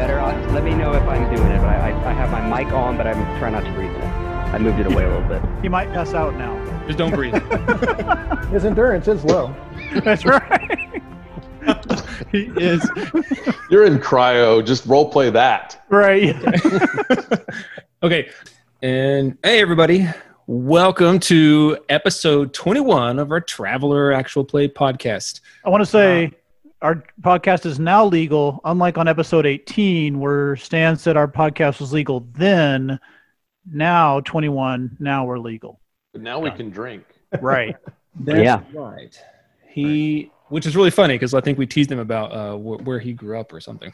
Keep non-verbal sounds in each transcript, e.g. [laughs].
Uh, I'm doing it, but I, I, I have my mic on, but I'm trying not to breathe. now. I moved it away a little bit. You might pass out now. [laughs] Just don't breathe. His endurance is low. That's right. he is. [laughs] You're in cryo. Just role play that. Right. Okay. And hey, everybody. Welcome to episode 21 of our Traveler Actual Play podcast. I want to say our podcast is now legal, unlike on episode 18, where Stan said our podcast was legal then. Now, 21, now we're legal. But now we can drink. Right. That's Yeah. right. He, which is really funny because I think we teased him about uh, wh- where he grew up or something.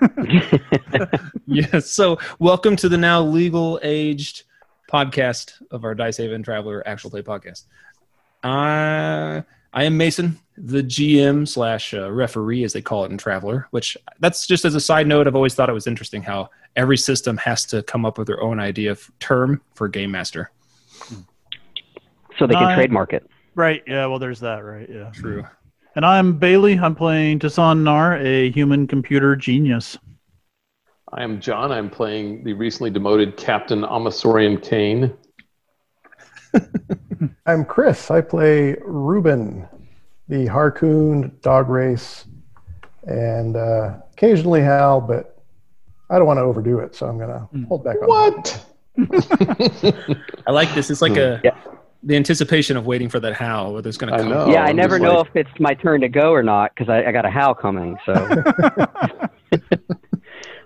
[laughs] [laughs] yes. So, welcome to the now legal aged podcast of our Dice Haven Traveler Actual Play podcast. I I am Mason, the GM slash uh, referee, as they call it in Traveler. Which that's just as a side note. I've always thought it was interesting how every system has to come up with their own idea of term for game master. so they can Uh, Nine. trademark it. [laughs] Right. Yeah. Well, there's that. Right. Yeah. True. And I'm Bailey. I'm playing Tassan Nar, a human computer genius. I am John. I'm playing the recently demoted Captain Amasorian Kane. I'm Chris. I play Ruben, the Harcoon dog race, and uh, occasionally Hal, but I don't want to overdo it, so I'm going to Hmm. hold back on What? I like this. It's like a Yeah. the anticipation of waiting for that how whether it's going to Hmm. I come. know. Oh, yeah, I I'm never just know like- if it's my turn to go or not because I, I got a howl coming. [laughs] So,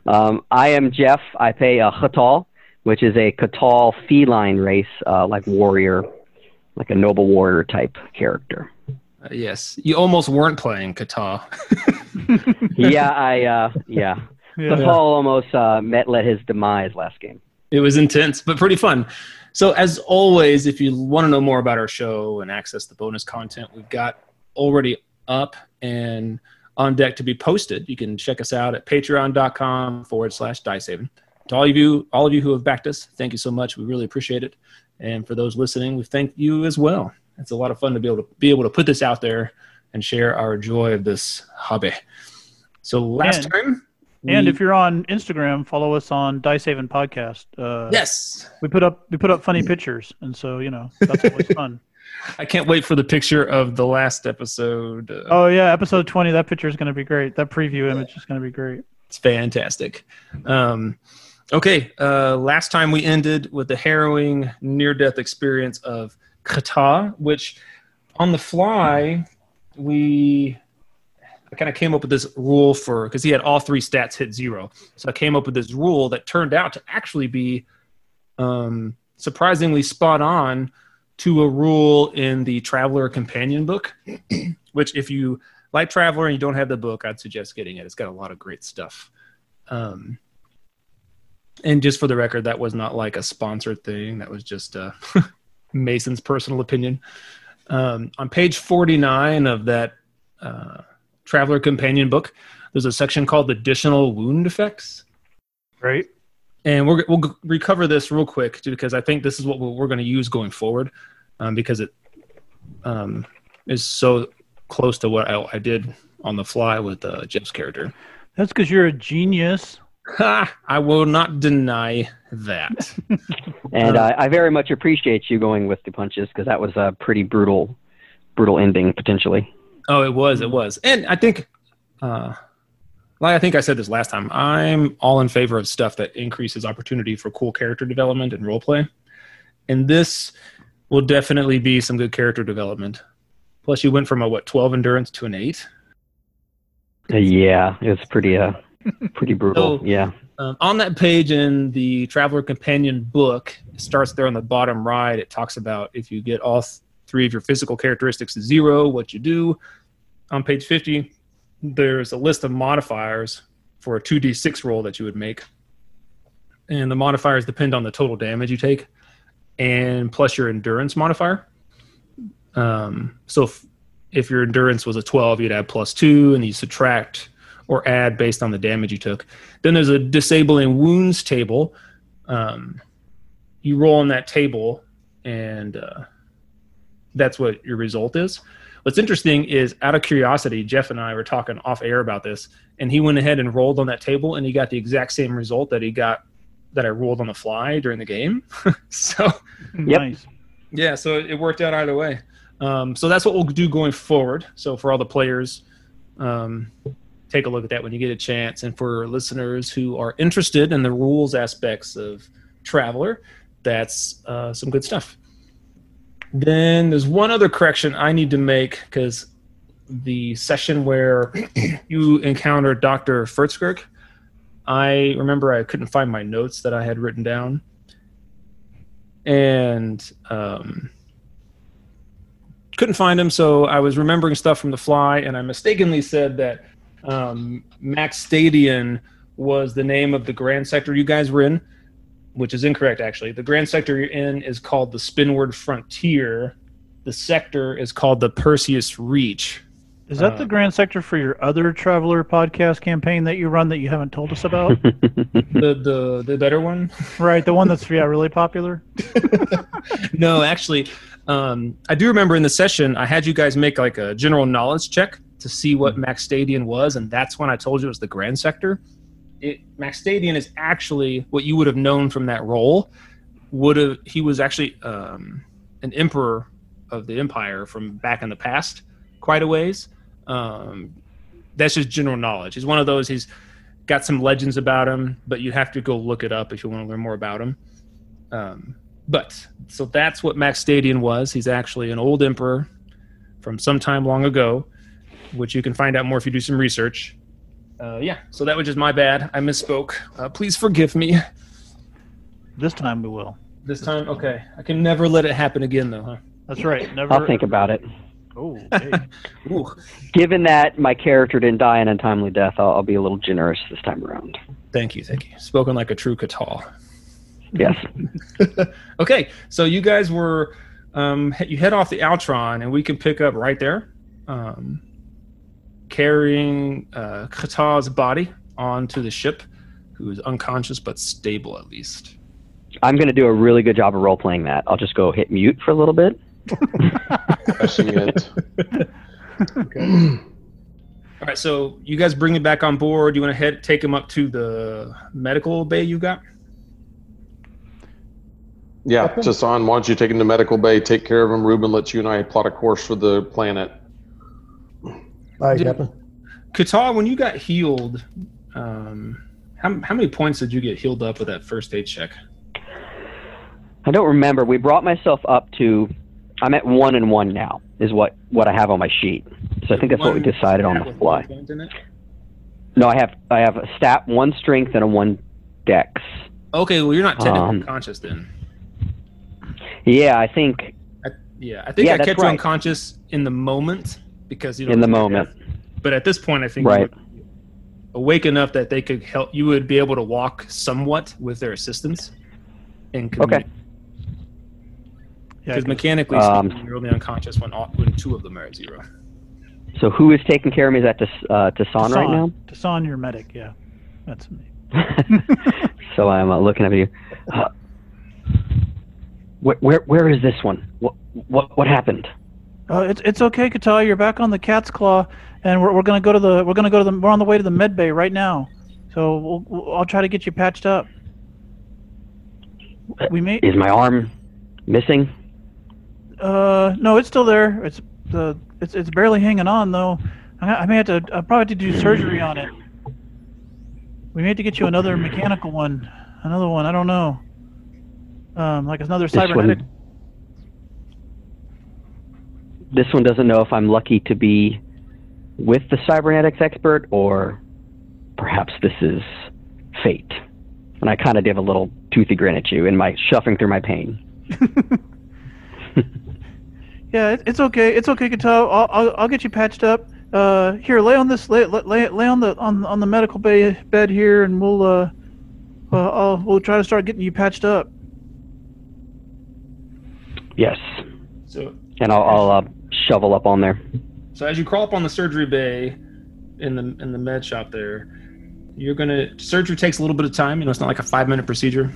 um, I am Jeff. I play a Hatal, which is a Katal feline race, uh, like warrior, like a noble warrior type [laughs] character. Uh, yes, you almost weren't playing Kata. yeah, I uh, yeah. Yeah. Katal almost uh, met let his demise last game. It was intense, but pretty fun. So, as always, if you want to know more about our show and access the bonus content we've got already up and on deck to be posted, you can check us out at patreon.com forward slash dicehaven. To all of you, all of you who have backed us, thank you so much. We really appreciate it. And for those listening, we thank you as well. It's a lot of fun to be able to be able to put this out there and share our joy of this hobby. So last And- time, And we- if you're on Instagram, follow us on Dice Haven Podcast. Uh, yes, We put up we put up funny pictures, and so you know that's always fun. I can't wait for the picture of the last episode. Uh, Oh yeah, episode twenty. That picture is going to be great. That preview image is going to be great. It's fantastic. Um, okay, uh, last time we ended with the harrowing near-death experience of Kata, which on the fly we I kind of came up with this rule for because he had all three stats hit zero, so I came up with this rule that turned out to actually be um, surprisingly spot on to a rule in the Traveler Companion book, [clears throat] which if you like Traveler and you don't have the book, I'd suggest getting it. It's got a lot of great stuff. Um, and just for the record, that was not like a sponsored thing. That was just uh, [laughs] Mason's personal opinion. Um, on page 49 of that uh, Traveler Companion book, there's a section called Additional Wound Effects Right. and we're, we'll g- recover this real quick too, because I think this is what we're, we're going to use going forward, um, because it um, is so close to what I, I did on the fly with uh, Jeff's character. That's because you're a genius. Ha! I will not deny that. And Uh-huh. I, I very much appreciate you going with the punches because that was a pretty brutal, brutal ending potentially. Oh, it was. It was. And I think, uh, like I think I said this last time, I'm all in favor of stuff that increases opportunity for cool character development and role play. And this will definitely be some good character development. Plus, you went from a what 12 endurance to an eight. Uh, yeah, it was pretty [laughs] uh, pretty brutal. So- yeah. [laughs] Um, on that page in the Traveler Companion book, it starts there on the bottom right. It talks about if you get all th- three of your physical characteristics to zero, what you do. On page 50, there's a list of modifiers for a 2d6 roll that you would make. And the modifiers depend on the total damage you take and plus your endurance modifier. Um, so if, if your endurance was a 12, you'd add plus two and you subtract or add based on the damage you took. Then there's a disabling wounds table. Um, you roll on that table, and uh, that's what your result is. What's interesting is, out of curiosity, Jeff and I were talking off air about this, and he went ahead and rolled on that table, and he got the exact same result that he got that I rolled on the fly during the game. [laughs] so Yep. Nice. yeah, so it worked out either way. Um, so that's what we'll do going forward. So for all the players, um, take a look at that when you get a chance. And for listeners who are interested in the rules aspects of Traveler, that's uh, some good stuff. Then there's one other correction I need to make because the session where you encounter Dr. Fertzkirk, I remember I couldn't find my notes that I had written down and um, couldn't find him. So I was remembering stuff from The Fly, and I mistakenly said that um, Max Stadion was the name of the grand sector you guys were in, which is incorrect, actually. The grand sector you're in is called the Spinward Frontier. The sector is called the Perseus Reach. Is that Uh, the grand sector for your other traveler podcast campaign that you run that you haven't told [laughs] us about? The the the better one. right, the one that's yeah really popular. [laughs] no, actually, um, I do remember in the session I had you guys make like a general knowledge check to see what Max Stadion was, and that's when I told you it was the Grand Sector. It, Max Stadion is actually what you would have known from that role. Would have he was actually um, an emperor of the empire from back in the past, quite a ways. Um, that's just general knowledge. He's one of those. He's got some legends about him, but you have to go look it up if you want to learn more about him. Um, but so that's what Max Stadion was. He's actually an old emperor from some time long ago, which you can find out more if you do some research. Uh, yeah, so that was just my bad. I misspoke. Uh, please forgive me. This time we will. This time, okay. I can never let it happen again, though, huh? That's right. Never. I'll think about it. Oh, [laughs] okay. Ooh. Given that my character didn't die an untimely death, I'll, I'll be a little generous this time [laughs] around. Thank you, thank you. Spoken like a true Catal. Yes. okay, so you guys were, um, you head off the Altron, and we can pick up right there, um, carrying uh, Kata's body onto the ship, who is unconscious but stable at least. I'm going to do a really good job of role playing that. I'll just go hit mute for a little bit. Crushing it. All right, so you guys bring him back on board. You want to head take him up to the medical bay you got? [laughs] Yeah, Tassan, why don't you take him to medical bay, take care of him, Ruben, let you and I plot a course for the planet. Hi, Yeah. Captain. Katar, when you got healed, um, how, how many points did you get healed up with that first aid check? I don't remember. We brought myself up to. I'm at one and one now. Is what what I have on my sheet. So I think that's what we One decided on stat the with one fly. point in it? No, I have I have a stat, one strength, and a one dex. Okay, well you're not technically Um, conscious then. Yeah, I think I, yeah, I think Yeah, I that's kept you right. unconscious in the moment because you don't in the remember moment. death. But at this point, I think Right. you were awake enough that they could help. You would be able to walk somewhat with their assistance. And Okay. Yeah, Because mechanically Um, speaking, you're only unconscious when all, when two of them are at zero. So who is taking care of me? Is that Tas- uh, Tassan right now? Tassan, your medic. Yeah, that's me. [laughs] so I'm uh, looking at you. Uh, where, where where is this one? What what what happened? Uh, it's it's okay, Katai. You're back on the cat's claw, and we're, we're gonna go to the we're gonna go to the we're on the way to the med bay right now. So we'll, we'll, I'll try to get you patched up. We may Is my arm missing? uh no, it's still there. It's the it's it's barely hanging on though. I, I may have to I probably have to do surgery on it. We may have to get you another mechanical one, another one. I don't know. Um, like another This cybernetic. one. This one doesn't know if I'm lucky to be with the cybernetics expert or perhaps this is fate. And I kind of give a little toothy grin at you in my shuffling through my pain. Yeah, it, it's okay. It's okay, Kato. I'll, I'll I'll get you patched up. Uh, here, lay on this lay lay- lay, lay on the on on the medical bay, bed here, and we'll uh, uh I'll, we'll try to start getting you patched up. Yes, So and I'll, I'll uh, shovel up on there. So as you crawl up on the surgery bay in the in the med shop there, you're gonna surgery takes a little bit of time. You know, it's not like a five minute procedure,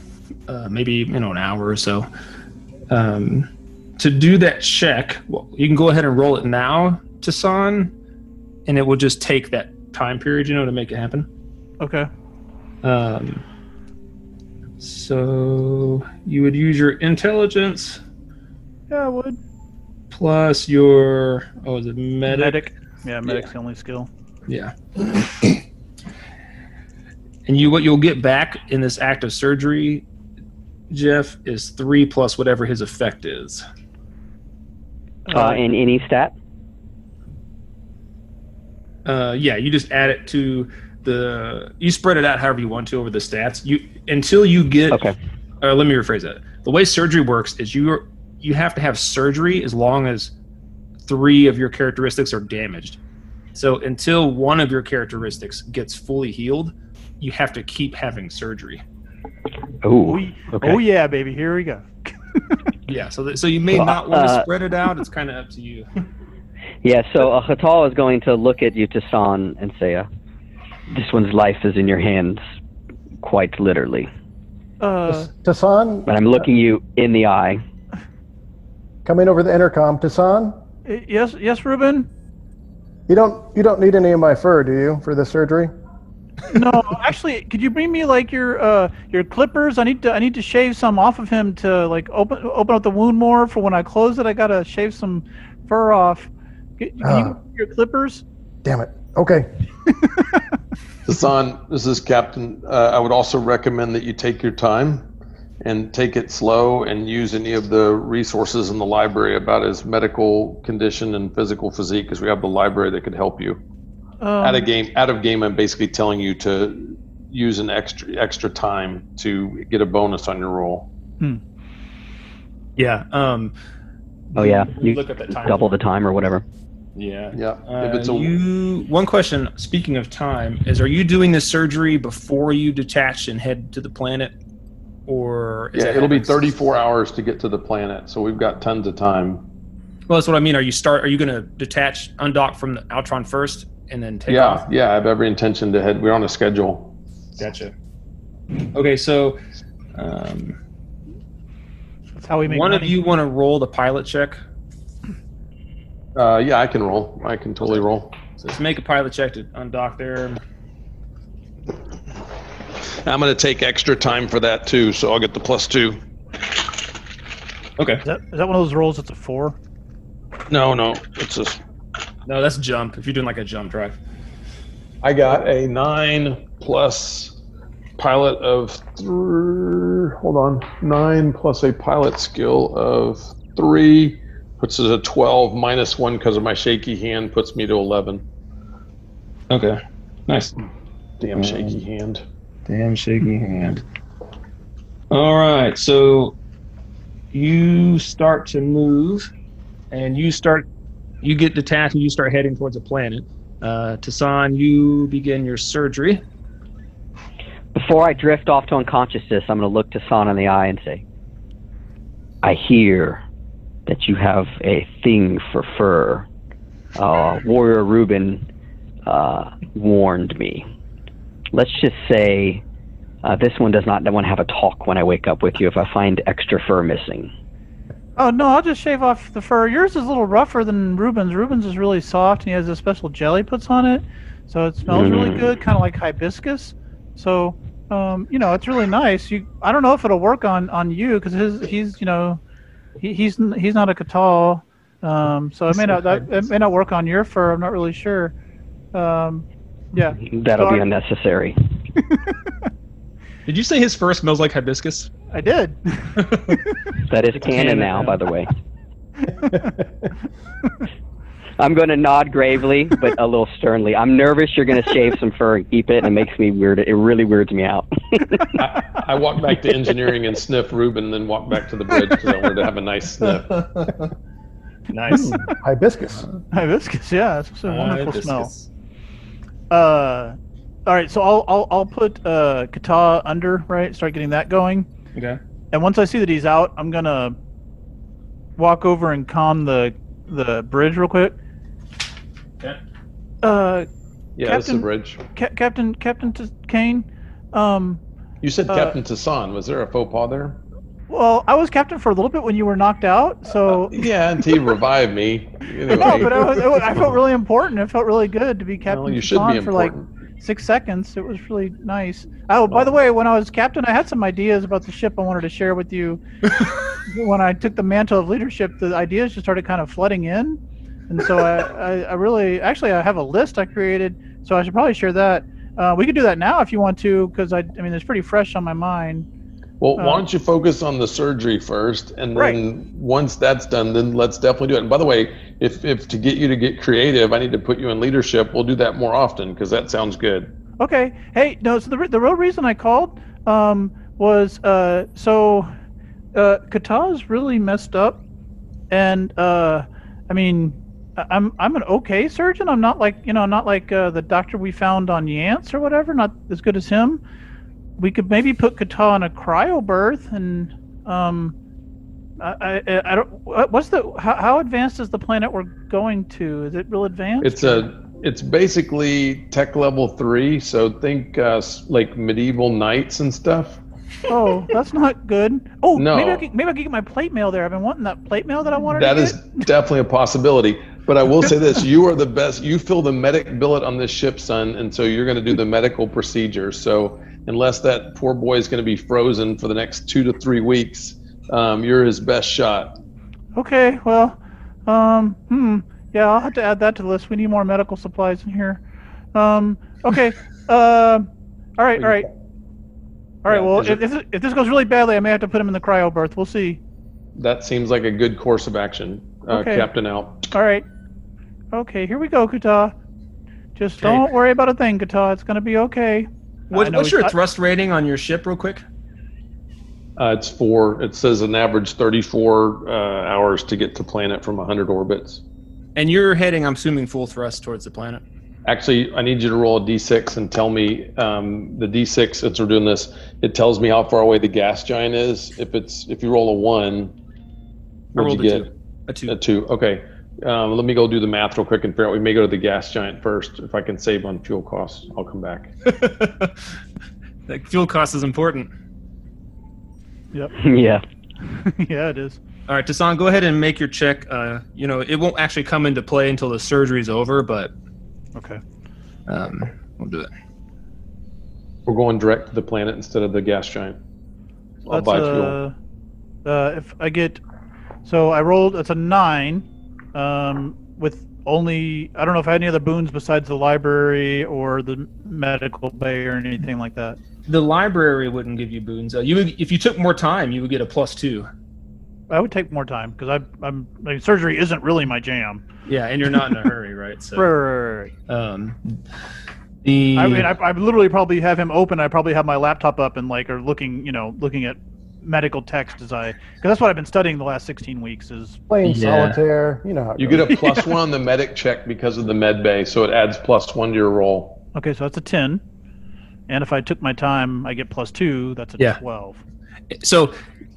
uh, maybe you know an hour or so. Um, to do that check, well, you can go ahead and roll it now to San, and it will just take that time period, you know, to make it happen. Okay. Um, so you would use your intelligence Yeah, I would. plus your oh, is it medic? Medic. Yeah, medic's the only skill. Yeah. and you what you'll get back in this act of surgery, Jeff, is three plus whatever his effect is. Oh, Uh, in any stat? Uh, yeah, you just add it to the. You spread it out however you want to over the stats. You until you get. Okay. Uh, let me rephrase that. The way surgery works is you you have to have surgery as long as three of your characteristics are damaged. So until one of your characteristics gets fully healed, you have to keep having surgery. Oh, Oh, y- okay. oh yeah, baby. Here we go. Yeah. So that, so you may Well, not want to uh, spread it out. It's kind of up [laughs] to you. Yeah, so uh, Hatal is going to look at you, Tassan, and say, uh, This one's life is in your hands, quite literally. Uh, Tassan, But I'm looking you in the eye. coming over the intercom. Tassan, y- yes, yes, Ruben. you don't you don't need any of my fur, do you, for this surgery? No, actually, could you bring me like your uh your clippers? I need to I need to shave some off of him to like open open up the wound more for when I close it. I gotta shave some fur off. Can, can you Ah. bring me your clippers? Damn it. Okay. [laughs] Hassan, this is Captain. Uh, I would also recommend that you take your time and take it slow and use any of the resources in the library about his medical condition and physical physique because we have the library that could help you. out Um, of game, out of game, I'm basically telling you to use an extra extra time to get a bonus on your roll. Yeah. Um. Oh, yeah. You look at that time. double the time or whatever. Yeah. Yeah. Uh, if it's a, you, one question, speaking of time, is are you doing the surgery before you detach and head to the planet? Or is yeah, that it'll be happens- 34 hours to get to the planet, so we've got tons of time. Well, that's what I mean. Are you start? Are you going to detach, undock from the Altron first, and then take yeah, off? yeah, I have every intention to head. We're on a schedule. Gotcha. Okay, so um, that's how we make one of money. you want to roll the pilot check. Uh, yeah, I can roll. I can totally roll. So let's make a pilot check to undock there. I'm going to take extra time for that too, so I'll get the plus two. Okay. Is that, is that one of those rolls that's a four? No, no, it's just. No, that's jump. If you're doing like a jump drive. I got a nine plus pilot of. Three, hold on, nine plus a pilot skill of three, puts us a twelve minus one because of my shaky hand, puts me to eleven. Okay. Nice. Damn Mm. shaky hand. Damn shaky hand. All right, so you start to move, and you start, you get detached, and you start heading towards a planet. Uh, Tassan, you begin your surgery. Before I drift off to unconsciousness, I'm going to look Tassan in the eye and say, I hear that you have a thing for fur. Uh, Warrior Reuben uh, warned me. Let's just say uh, this one does not want to have a talk when I wake up with you if I find extra fur missing. Oh no, I'll just shave off the fur. Yours is a little rougher than Ruben's. Ruben's is really soft, and he has a special jelly puts on it, so it smells really Mm. good, kind of like hibiscus. So, um, you know, it's really nice. You, I don't know if it'll work on on you because his he's you know, he, he's n- he's not a catal, um, so it may not that, it may not work on your fur. I'm not really sure. Um, yeah, That'll be Sorry. unnecessary. Did you say his fur smells like hibiscus? I did. [laughs] That is It's canon canon now, now. by the way. [laughs] I'm going to nod gravely, but a little sternly. I'm nervous you're going to shave some fur and keep it, and it makes me weird. It really weirds me out. [laughs] I, I walked back to engineering and sniff Ruben, then walked back to the bridge because I wanted to have a nice sniff. Hmm. Nice. Hibiscus. hibiscus, yeah, it's a wonderful smell. Uh, Hibiscus. Uh, all right, so I'll I'll, I'll put uh, Kata under right. Start getting that going, Okay. and once I see that he's out, I'm gonna walk over and con the the bridge real quick. Okay. Uh, Yeah, this is a Captain- bridge. Cap- Captain Captain T- Kane, um, You said Uh, Captain Tassan. Was there a faux pas there? Well, I was captain for a little bit when you were knocked out, so [laughs] Yeah, and he revived me. Anyway, [laughs] no, but I, was, I was- I felt really important. It felt really good to be captain well, you for should Sean be for like important. six seconds. It was really nice. Oh, by the way, when I was captain, I had some ideas about the ship I wanted to share with you. when I took the mantle of leadership, the ideas just started kind of flooding in, and so I, I, I really, actually, I have a list I created, so I should probably share that. Uh, we could do that now if you want to, because I, I mean, it's pretty fresh on my mind. well, uh, why don't you focus on the surgery first, and then Right. once that's done, then let's definitely do it. And by the way, if if to get you to get creative, I need to put you in leadership. We'll do that more often because that sounds good. Okay. Hey, no. So the re- the real reason I called um, was uh, so uh, Kata's really messed up, and uh, I mean, I- I'm I'm an okay surgeon. I'm not like you know, not like uh, the doctor we found on Yance or whatever. Not as good as him. We could maybe put Kata in a cryo berth, and um, I, I I don't. what- What's the how, how advanced is the planet we're going to? Is it real advanced? It's a it's basically tech level three, so think uh, s- like medieval knights and stuff. Oh, that's not good. Oh, No. maybe I can, maybe I can get my plate mail there. I've been wanting that plate mail that I wanted. That to is get. definitely a possibility. But I will say this: you are the best. You fill the medic billet on this ship, son, and so you're going to do the medical procedure. So unless that poor boy is going to be frozen for the next two to three weeks, um, you're his best shot. okay. Well, um, hmm, yeah, I'll have to add that to the list. We need more medical supplies in here. Um, [laughs] okay. Um, all right, all right, all right. Yeah, well, is if, it- if this- if this goes really badly, I may have to put him in the cryo berth. We'll see. That seems like a good course of action, uh, Okay. Captain Al. All right. Okay, here we go, Kata. Just Okay. don't worry about a thing, Kata. It's gonna be okay. I What, know what's we your thought- thrust rating on your ship, real quick? Uh, it's four. It says an average 34 uh, hours to get to planet from 100 orbits. And you're heading, I'm assuming, full thrust towards the planet. Actually, I need you to roll a d6 and tell me um, the d6 since we're doing this. It tells me how far away the gas giant is. If it's if you roll a one, I what'd rolled you a get? two. A A two. two. Okay. Um, let me go do the math real quick and figure out. We may go to the gas giant first. If I can save on fuel costs, I'll come back. [laughs] that fuel cost is important. yeah. [laughs] yeah, it is. All right, Tassan, go ahead and make your check. Uh, you know, it won't actually come into play until the surgery's over, but Okay. um, we'll do it. We're going direct to the planet instead of the gas giant. I'll That's buy fuel. uh, uh, if I get, so I rolled. It's a nine, um, with only I don't know if I had any other boons besides the library or the medical bay or anything like that. The library wouldn't give you boons. Uh, you, would, if you took more time, you would get a plus two. I would take more time because I I'm like, surgery isn't really my jam. Yeah, and you're not in a hurry, right? So, Right, right, right, right. um, the I mean, I, I literally probably have him open. I probably have my laptop up and like are looking, you know, looking at medical text as I because that's what I've been studying the last 16 weeks is Playing Yeah. solitaire. You know how it You goes. get [laughs] a plus one on the medic check because of the med bay, so it adds plus one to your roll. okay so that's a 10 and if I took my time I get plus 2 that's a Yeah. 12 so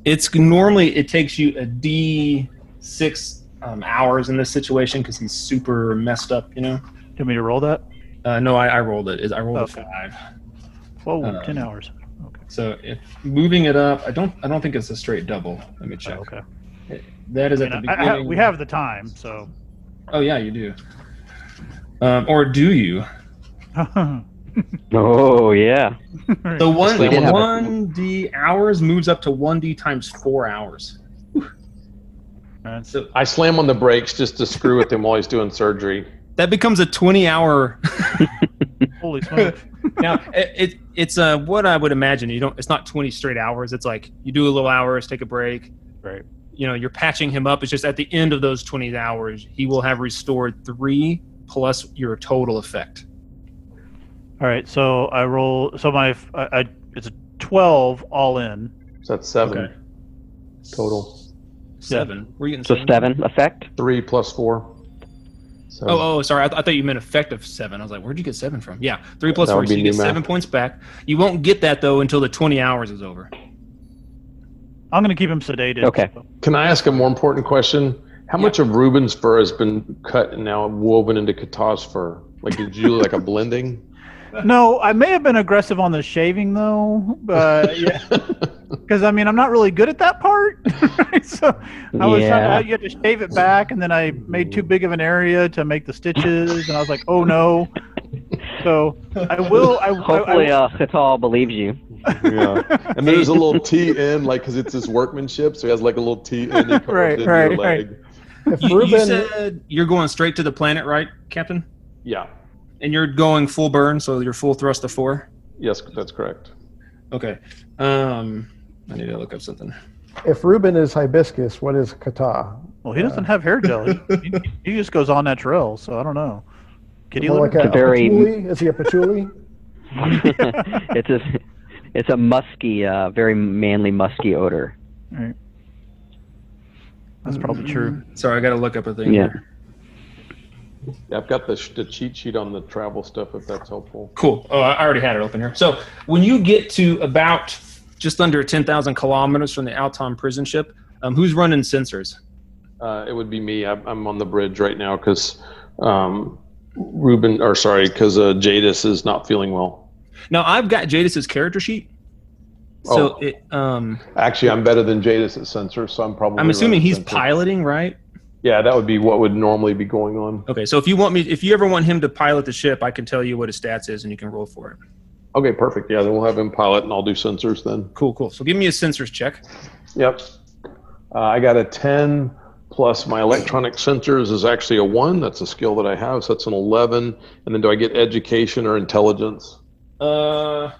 it's normally it takes you a D six um, hours in this situation because he's super messed up. You know. Do you want me to roll that? Uh, no, I, I rolled it. It- I rolled Okay. a five. Whoa, Uh, 10 hours. Okay. So if moving it up, I don't. I don't think it's a straight double. Let me check. Oh, okay. That is I at mean, the I- I beginning. ha- we have the time, so. [laughs] Oh yeah, you do. Um, or do you? Oh yeah. The so one We did have a- one d hours moves up to one d times four hours. So I slam on the brakes just to screw with him while he's doing surgery. that becomes a twenty hour. [laughs] Holy smokes. now it, it it's uh what I would imagine. You don't. It's not twenty straight hours. It's like you do a little hours, take a break. Right. You know, you're patching him up. It's just at the end of those twenty hours, he will have restored three plus your total effect. All right, so I roll. So my. f- I, I- it's a 12 all in. So that's seven Okay. total. Seven. Were you getting So seven? seven effect. Three plus four. So Oh, oh, sorry. I, th- I thought you meant effective seven. I was like, where'd you get seven from? Yeah, three plus That four. would So be you get new math. seven points back. You won't get that though until the twenty hours is over. I'm going to keep him sedated. Okay. so- Can I ask a more important question? How much of Ruben's fur has been cut and now woven into Kata's fur? Like, did you do [laughs] like a blending? [laughs] No, I may have been aggressive on the shaving, though, but yeah. because I mean I'm not really good at that part. [laughs] right? So I was Yeah. trying to, you had to shave it back, and then I made too big of an area to make the stitches, and I was like, oh no. So I will. I, I- Hopefully, I, uh, Chital believes you. [laughs] Yeah. And there's a little T in, like, because it's his workmanship, so he has like a little T in. He Right, right, in right, your right. leg. If You, you Ruben, said you're going straight to the planet, right, Captain? Yeah. And you're going full burn, so you're full thrust of four. Yes, that's correct. Okay. Um, I need to look up something. if Ruben is hibiscus, what is kata? well, he doesn't have hair gel. He, he, he just goes on natural. So I don't know. Kitty More litter? like a, It's a very- patchouli? Is he a patchouli? it's a it's a musky, uh, very manly musky odor. That's probably true. Sorry, I got to look up a thing. Yeah. here. Yeah, I've got the, sh- the cheat sheet on the travel stuff if that's helpful. Cool. Oh, I already had it open here. So when you get to about just under 10,000 kilometers from the Alton prison ship, um, who's running sensors? Uh, it would be me. I'm, I'm on the bridge right now because um, Ruben, or sorry, because uh, Jadis is not feeling well. Now, I've got Jadis's character sheet. So Oh. it, um, Actually, I'm better than Jadis at sensor, so I'm probably. I'm assuming running he's sensor. piloting, right? Yeah, that would be what would normally be going on. Okay, so if you want me, if you ever want him to pilot the ship, I can tell you what his stats is, and you can roll for it. Okay, perfect. Yeah, then we'll have him pilot, and I'll do sensors then. Cool, cool. So give me a sensors check. Yep. Uh, I got a 10 plus my electronic sensors is actually a 1. That's a skill that I have. So that's an 11. And then do I get education or intelligence? Uh,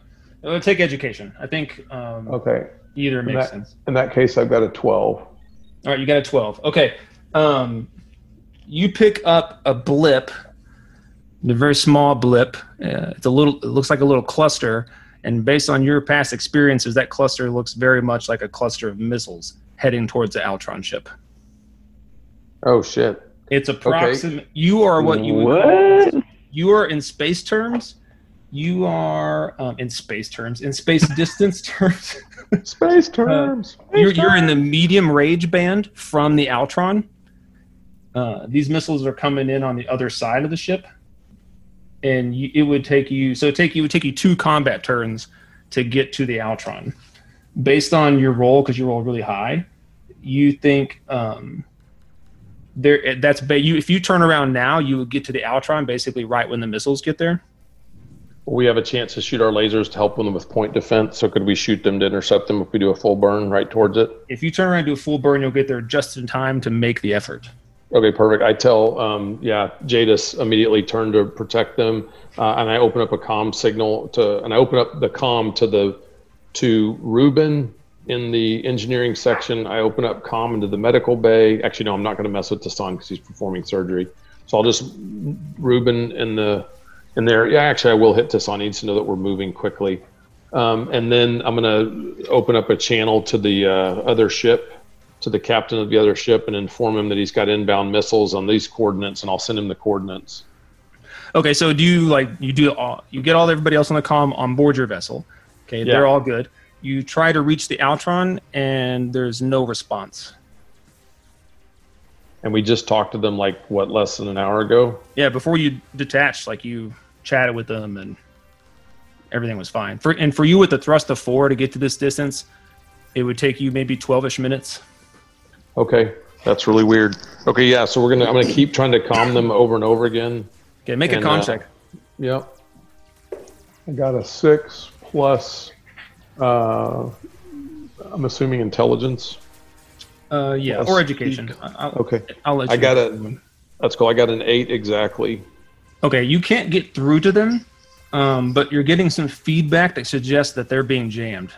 uh, take education. I think um, Okay. either makes That- sense. In that case, I've got a 12. All right, you got a 12. Okay. Um, you pick up a blip, a very small blip. Uh, it's a little. It looks like a little cluster, and based on your past experiences, that cluster looks very much like a cluster of missiles heading towards the Altron ship. Oh, shit. It's approximate. You are what you would call- you are in space terms. You are um, in space terms, in space distance [laughs] terms. Space terms. You're, you're in the medium rage band from the Altron. Uh, these missiles are coming in on the other side of the ship, and you, it would take you. So it take you it would take you two combat turns to get to the Altron. Based on your roll, because you roll really high, you think um, there. eh, That's ba- you. If you turn around now, you would get to the Altron basically right when the missiles get there. We have a chance to shoot our lasers to help them with point defense. So could we shoot them to intercept them if we do a full burn right towards it? If you turn around and do a full burn, you'll get there just in time to make the effort. Okay, perfect. I tell, um, yeah, Jadis immediately turned to protect them, uh, and I open up a comm signal to, and I open up the comm to the, to Ruben in the engineering section. I open up comm into the medical bay. Actually, no, I'm not going to mess with Tassan because he's performing surgery. So I'll just Ruben in the, in there. Yeah, actually, I will hit Tassan. He needs to know that we're moving quickly, um, and then I'm going to open up a channel to the uh, other ship to the captain of the other ship and inform him that he's got inbound missiles on these coordinates, and I'll send him the coordinates. Okay, so do you like you do all you get all everybody else on the comm on board your vessel? Okay, Yeah. they're all good. You try to reach the Altron, and there's no response. And we just talked to them like what less than an hour ago. Yeah, before you detached, like you chatted with them, and everything was fine. For and for you with the thrust of four to get to this distance, it would take you maybe twelve-ish minutes. Okay, that's really weird. Okay, yeah. So we're gonna I'm gonna keep trying to calm them over and over again. Okay, make a And, comm uh, check. Yep. I got a six plus. Uh, I'm assuming intelligence. Uh, yeah, or education. I- I'll, Okay, I'll let you I got a. That's cool. I got an eight exactly. Okay, you can't get through to them, um, but you're getting some feedback that suggests that they're being jammed.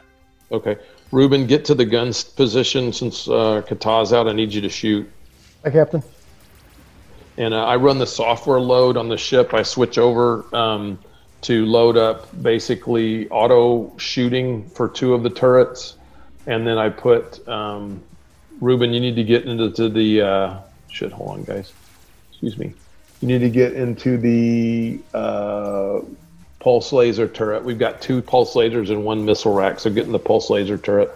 Okay, Ruben, get to the gun s- position since uh, Kata's out. I need you to shoot. Hi, Captain. and uh, I run the software load on the ship. I switch over um, to load up basically auto shooting for two of the turrets, and then I put um, Ruben. You need to get into to the uh, shit. Hold on, guys. Excuse me. You need to get into the uh, pulse laser turret. We've got two pulse lasers and one missile rack, so get in the pulse laser turret.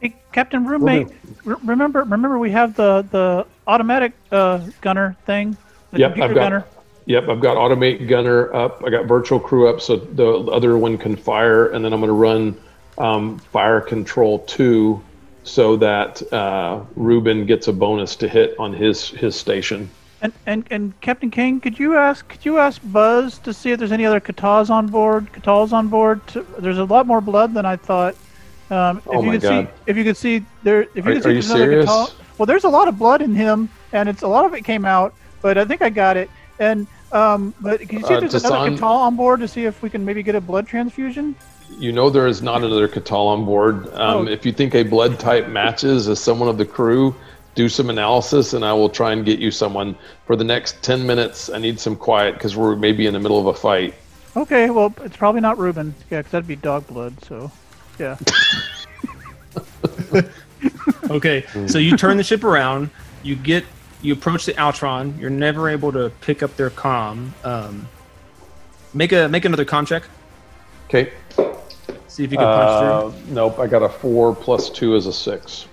Hey, Captain Roommate, re- remember remember we have the the automatic uh, gunner thing, the Yep, computer I've got- gunner. Yep, I've got automate gunner up. I got virtual crew up, so the other one can fire, and then I'm going to run um, fire control two, so that uh, Ruben gets a bonus to hit on his his station. And, and and Captain King, could you ask could you ask Buzz to see if there's any other Katahs on board? Katahs on board. To, there's a lot more blood than I thought. Um, if Oh you my could God. see if you could see there if you Are- could see are you there's another serious? Katah. Well, there's a lot of blood in him, and it's a lot of it came out, but I think I got it. And um, but can you see Uh, if there's another Tassan- Katah on board to see if we can maybe get a blood transfusion? You know there is not another Catal on board. Um, Oh. If you think a blood type matches as someone of the crew, do some analysis, and I will try and get you someone for the next ten minutes. I need some quiet because we're maybe in the middle of a fight. Okay, well it's probably not Reuben, yeah, 'cause that'd be dog blood. So, [laughs] yeah. Okay, so you turn the ship around. You get you approach the Altron. You're never able to pick up their comm. Um, make a make another comm check. Okay. See if you can punch through. Uh, nope, I got a four plus two is a six.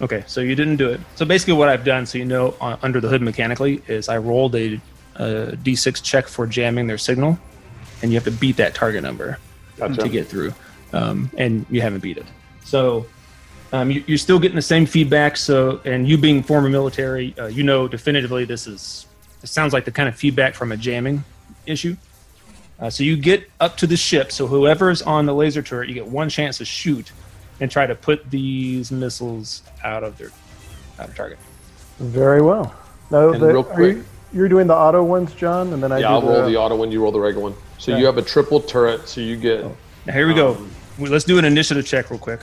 Okay, so you didn't do it. So basically, what I've done, so you know, on, under the hood mechanically, is I rolled a, a d6 check for jamming their signal, and you have to beat that target number Gotcha. to get through, um, and you haven't beat it. So um, you, you're still getting the same feedback. So, and you being former military, uh, you know definitively this is. It sounds like the kind of feedback from a jamming issue. Uh, so you get up to the ship. So whoever's on the laser turret, you get one chance to shoot and try to put these missiles out of their out of target. Very well. No, And the, real are you, quick- you're doing the auto ones, John, and then I yeah, do I'll roll the uh, the auto when you roll the regular one. So you have a triple turret, so you get. Now here we go. We- Let's do an initiative check real quick.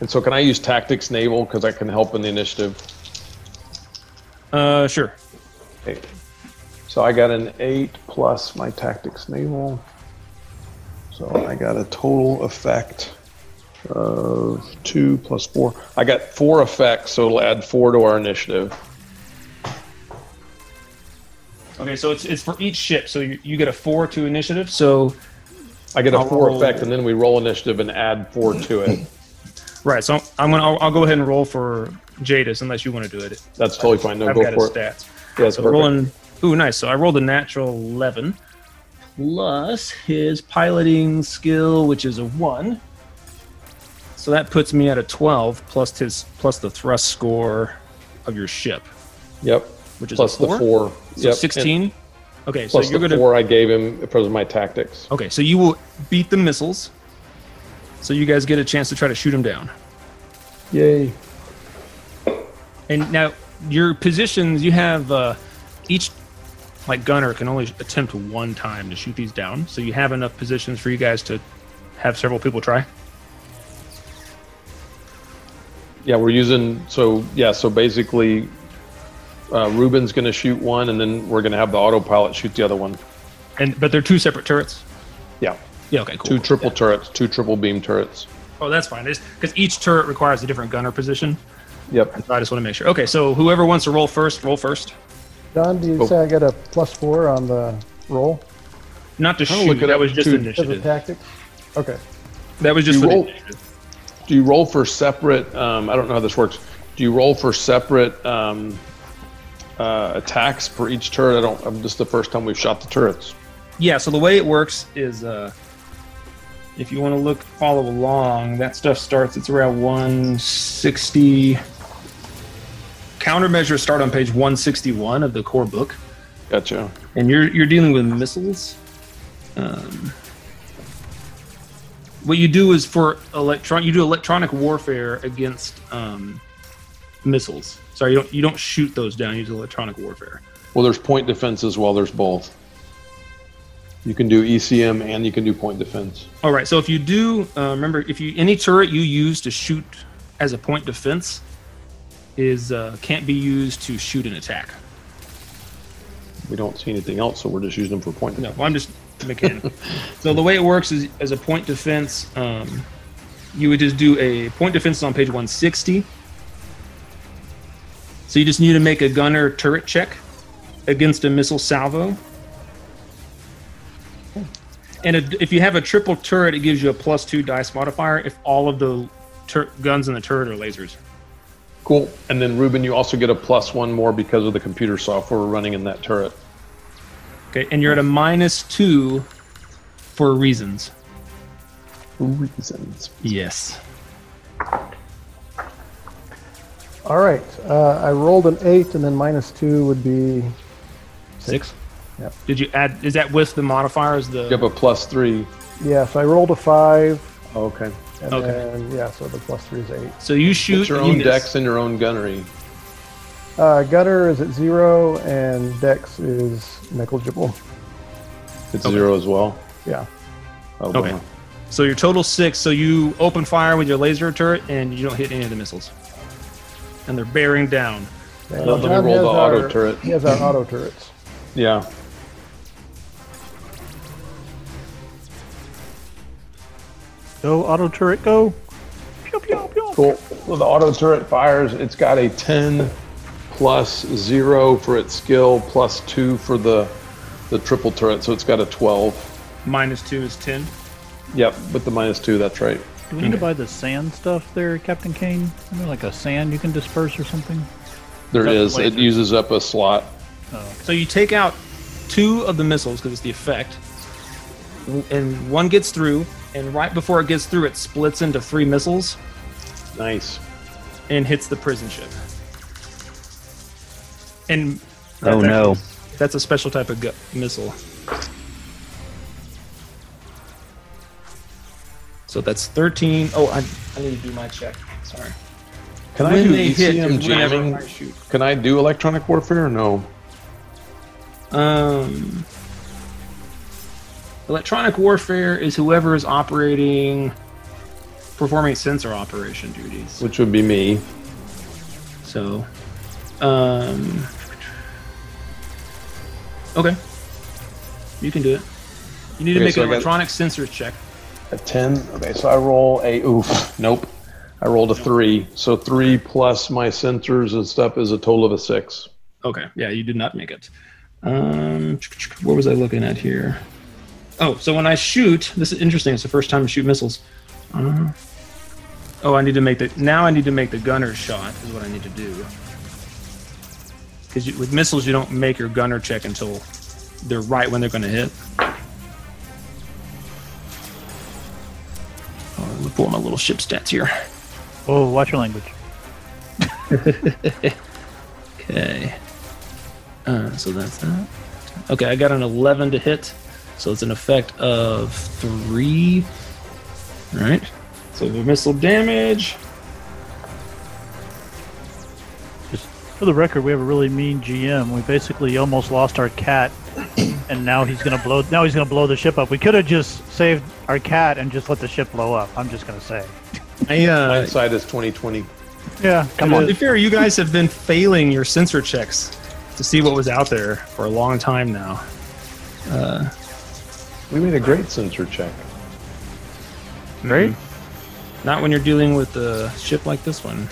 And so can I use tactics naval because I can help in the initiative? Uh, sure. Okay. So I got an eight plus my tactics naval. So I got a total effect of two plus four. I got four effects, so it'll add four to our initiative. Okay, so it's it's for each ship. So you, you get a four to initiative. So I get a I'll four roll- effect, and then we roll initiative and add four to it. right. So I'm gonna I'll, I'll go ahead and roll for Jadis unless you want to do it. That's totally fine. No, I've go got his for it. stats. Yeah, it's So perfect. rolling. Ooh, nice. So I rolled a natural eleven, plus his piloting skill, which is a one. So that puts me at a twelve plus his plus the thrust score of your ship, Yep. which is Plus a four. the four. So Yep. sixteen. And okay, so plus you're the gonna. four I gave him for my tactics. Okay, so you will beat the missiles. So you guys get a chance to try to shoot them down. Yay. And now your positions, you have uh, each like gunner can only attempt one time to shoot these down. So you have enough positions for you guys to have several people try. Yeah, we're using so yeah, so basically uh, Ruben's gonna shoot one and then we're gonna have the autopilot shoot the other one. And but they're two separate turrets. Yeah. Yeah. Okay. Cool. Two triple Yeah. turrets, two triple beam turrets. Oh, that's fine. Because each turret requires a different gunner position. Yep. So I just want to make sure. Okay. So whoever wants to roll first, roll first. John, do you Oh. say I got a plus four on the roll? Not to I'll look shoot. it That up was just too. Because of initiative. tactics? Okay. That was just You for the roll- initiative. Do you roll for separate um, I don't know how this works. Do you roll for separate um, uh, attacks for each turret? I don't I'm just the first time we've shot the turrets. Yeah, so the way it works is uh, if you want to look, follow along, that stuff starts, it's around 160. Countermeasures start on page 161 of the core book, Gotcha. and you're, you're dealing with missiles. Um, what you do is for electron, you do electronic warfare against um, missiles. Sorry, you don't, you don't shoot those down, you do electronic warfare. Well there's point defense as well, there's both. You can do ECM and you can do point defense. All right. So if you do uh, remember, if you any turret you use to shoot as a point defense is uh, can't be used to shoot an attack. We don't see anything else, so we're just using them for point No, defense. well, I'm just mechanic. so the way it works is as a point defense, um, you would just do a point defense is on page 160. So you just need to make a gunner turret check against a missile salvo. And a, if you have a triple turret, it gives you a plus two dice modifier if all of the tur- guns in the turret are lasers. Cool. And then Ruben, you also get a plus one more because of the computer software running in that turret. Okay, and you're at a minus two for reasons. reasons. Yes. All right. Uh, I rolled an eight, and then minus two would be Six. Yep. Did you add? Is that with the modifier? Is the You have a plus three. yeah. So I rolled a five, Okay. and Okay. then yeah. So the plus three is eight. so you shoot It's your and you own miss. decks and your own gunnery. Uh, gutter is at zero, and Dex is negligible. It's Okay. zero as well. Yeah. Oh, Okay. bummer. So your total six. So you open fire with your laser turret and you don't hit any of the missiles, and they're bearing down. And let me John roll has the our- auto turret. He has our auto turrets. Yeah. Go auto turret, go. Pew, pew, pew. Cool. Well, the auto turret fires. It's got a 10 plus zero for its skill, plus two for the the triple turret. So it's got a 12. Minus two is ten. Yep, with the minus two. That's right. Do we need to buy the sand stuff there, Captain Kane? I mean, like a sand you can disperse or something? There it That's is. It laser. uses up a slot. So you take out two of the missiles because it's the effect, and one gets through. And right before it gets through, it splits into three missiles Nice. and hits the prison ship. And Oh, that's no. actually- that's a special type of gu- missile. So that's thirteen. Oh, I, I need to do my check. Sorry. Can I When do they hit, ECM it's whenever jamming? I shoot. Can I do electronic warfare? No. Um, electronic warfare is whoever is operating, performing sensor operation duties. Which would be me. So, um, okay, you can do it. You need to Okay, make so I an got- electronic sensor check. A 10. Okay, so I roll a. Oof. Nope. I rolled a three. So three plus my sensors and stuff is a total of a six. Okay, yeah, you did not make it. Um, what was I looking at here? Oh, so when I shoot, this is interesting. It's the first time to shoot missiles. Uh, oh, I need to make the now. I need to make the gunner shot. Is what I need to do. Because with missiles, you don't make your gunner check until they're right when they're going to hit. Uh, Oh, let me pull my little ship stats here. Oh, watch your language. Okay. Uh, so that's that. Okay, I got an 11 to hit. So it's an effect of three. All right. So the missile damage. Just for the record, we have a really mean GM. We basically almost lost our cat, [coughs] and now he's gonna blow. Now he's gonna blow the ship up. We could have just saved our cat and just let the ship blow up. I'm just gonna say. I, uh, Hindsight is 2020. Yeah, Come it on. to be is. [laughs] fair, you guys have been failing your sensor checks to see what was out there for a long time now. We made a great sensor check. Great. Mm-hmm. Not when you're dealing with a ship like this one.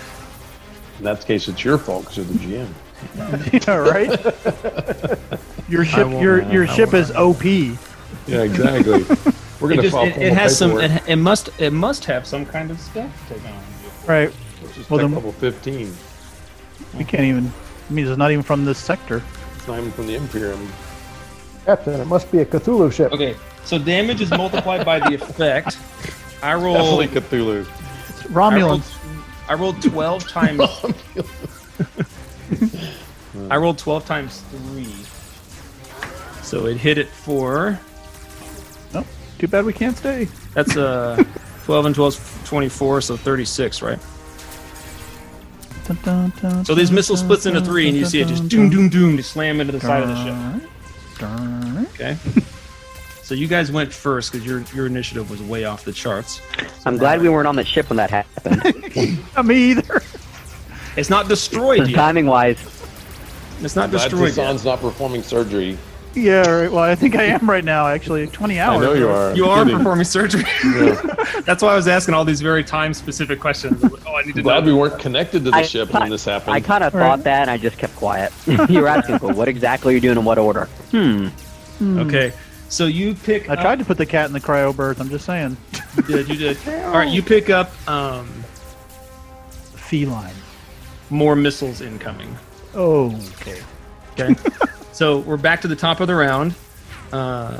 In that case, it's your fault because you're the GM. yeah, right. [laughs] Your ship, won't- your your I ship won't. is OP. Yeah, [laughs] exactly. We're It, gonna just, file it, formal it has some. paperwork, It, it must. It must have some kind of stealth technology. Right. which is well, tech then- level 15. We can't even. I mean, it's not even from this sector. It's not even from the Imperium. Captain, it must be a Cthulhu ship. Okay, so damage is multiplied by the [laughs] effect. I roll. Definitely Cthulhu. I rolled, Romulans. I rolled 12 times. [laughs] I rolled 12 times 3. So it hit it 4. Nope. Too bad we can't stay. That's uh, 12 and 12 's 24, so 36, right? Dun, dun, dun, So these dun, missiles dun, splits into dun, 3, and you dun, see it just dun, dun, doom, doom, doom, just slam into the side of the ship. dun, dun. Okay? So you guys went first because your, your initiative was way off the charts. I'm glad we weren't on that ship when that [laughs] happened. Not me either. [laughs] It's not destroyed Because yet. timing wise, It's not Glad destroyed yet. Zasan's not performing surgery. Yeah, right. Well, I think I am right now, actually. 20 hours. I know you are. Oh, You I'm are kidding. performing surgery. [laughs] That's why I was asking all these very time specific questions. I was like, oh, I need to know. Glad we weren't connected to the I- ship when this I happened. kind of Right. thought that and I just kept quiet. [laughs] you were asking, well, what exactly are you doing in what order? Hmm. Okay. So you pick. I up- tried to put the cat in the cryo berth. I'm just saying. You did. You did. All right. You pick up um, Feline. more missiles incoming. Oh, okay. [laughs] Okay. so we're back to the top of the round. Uh,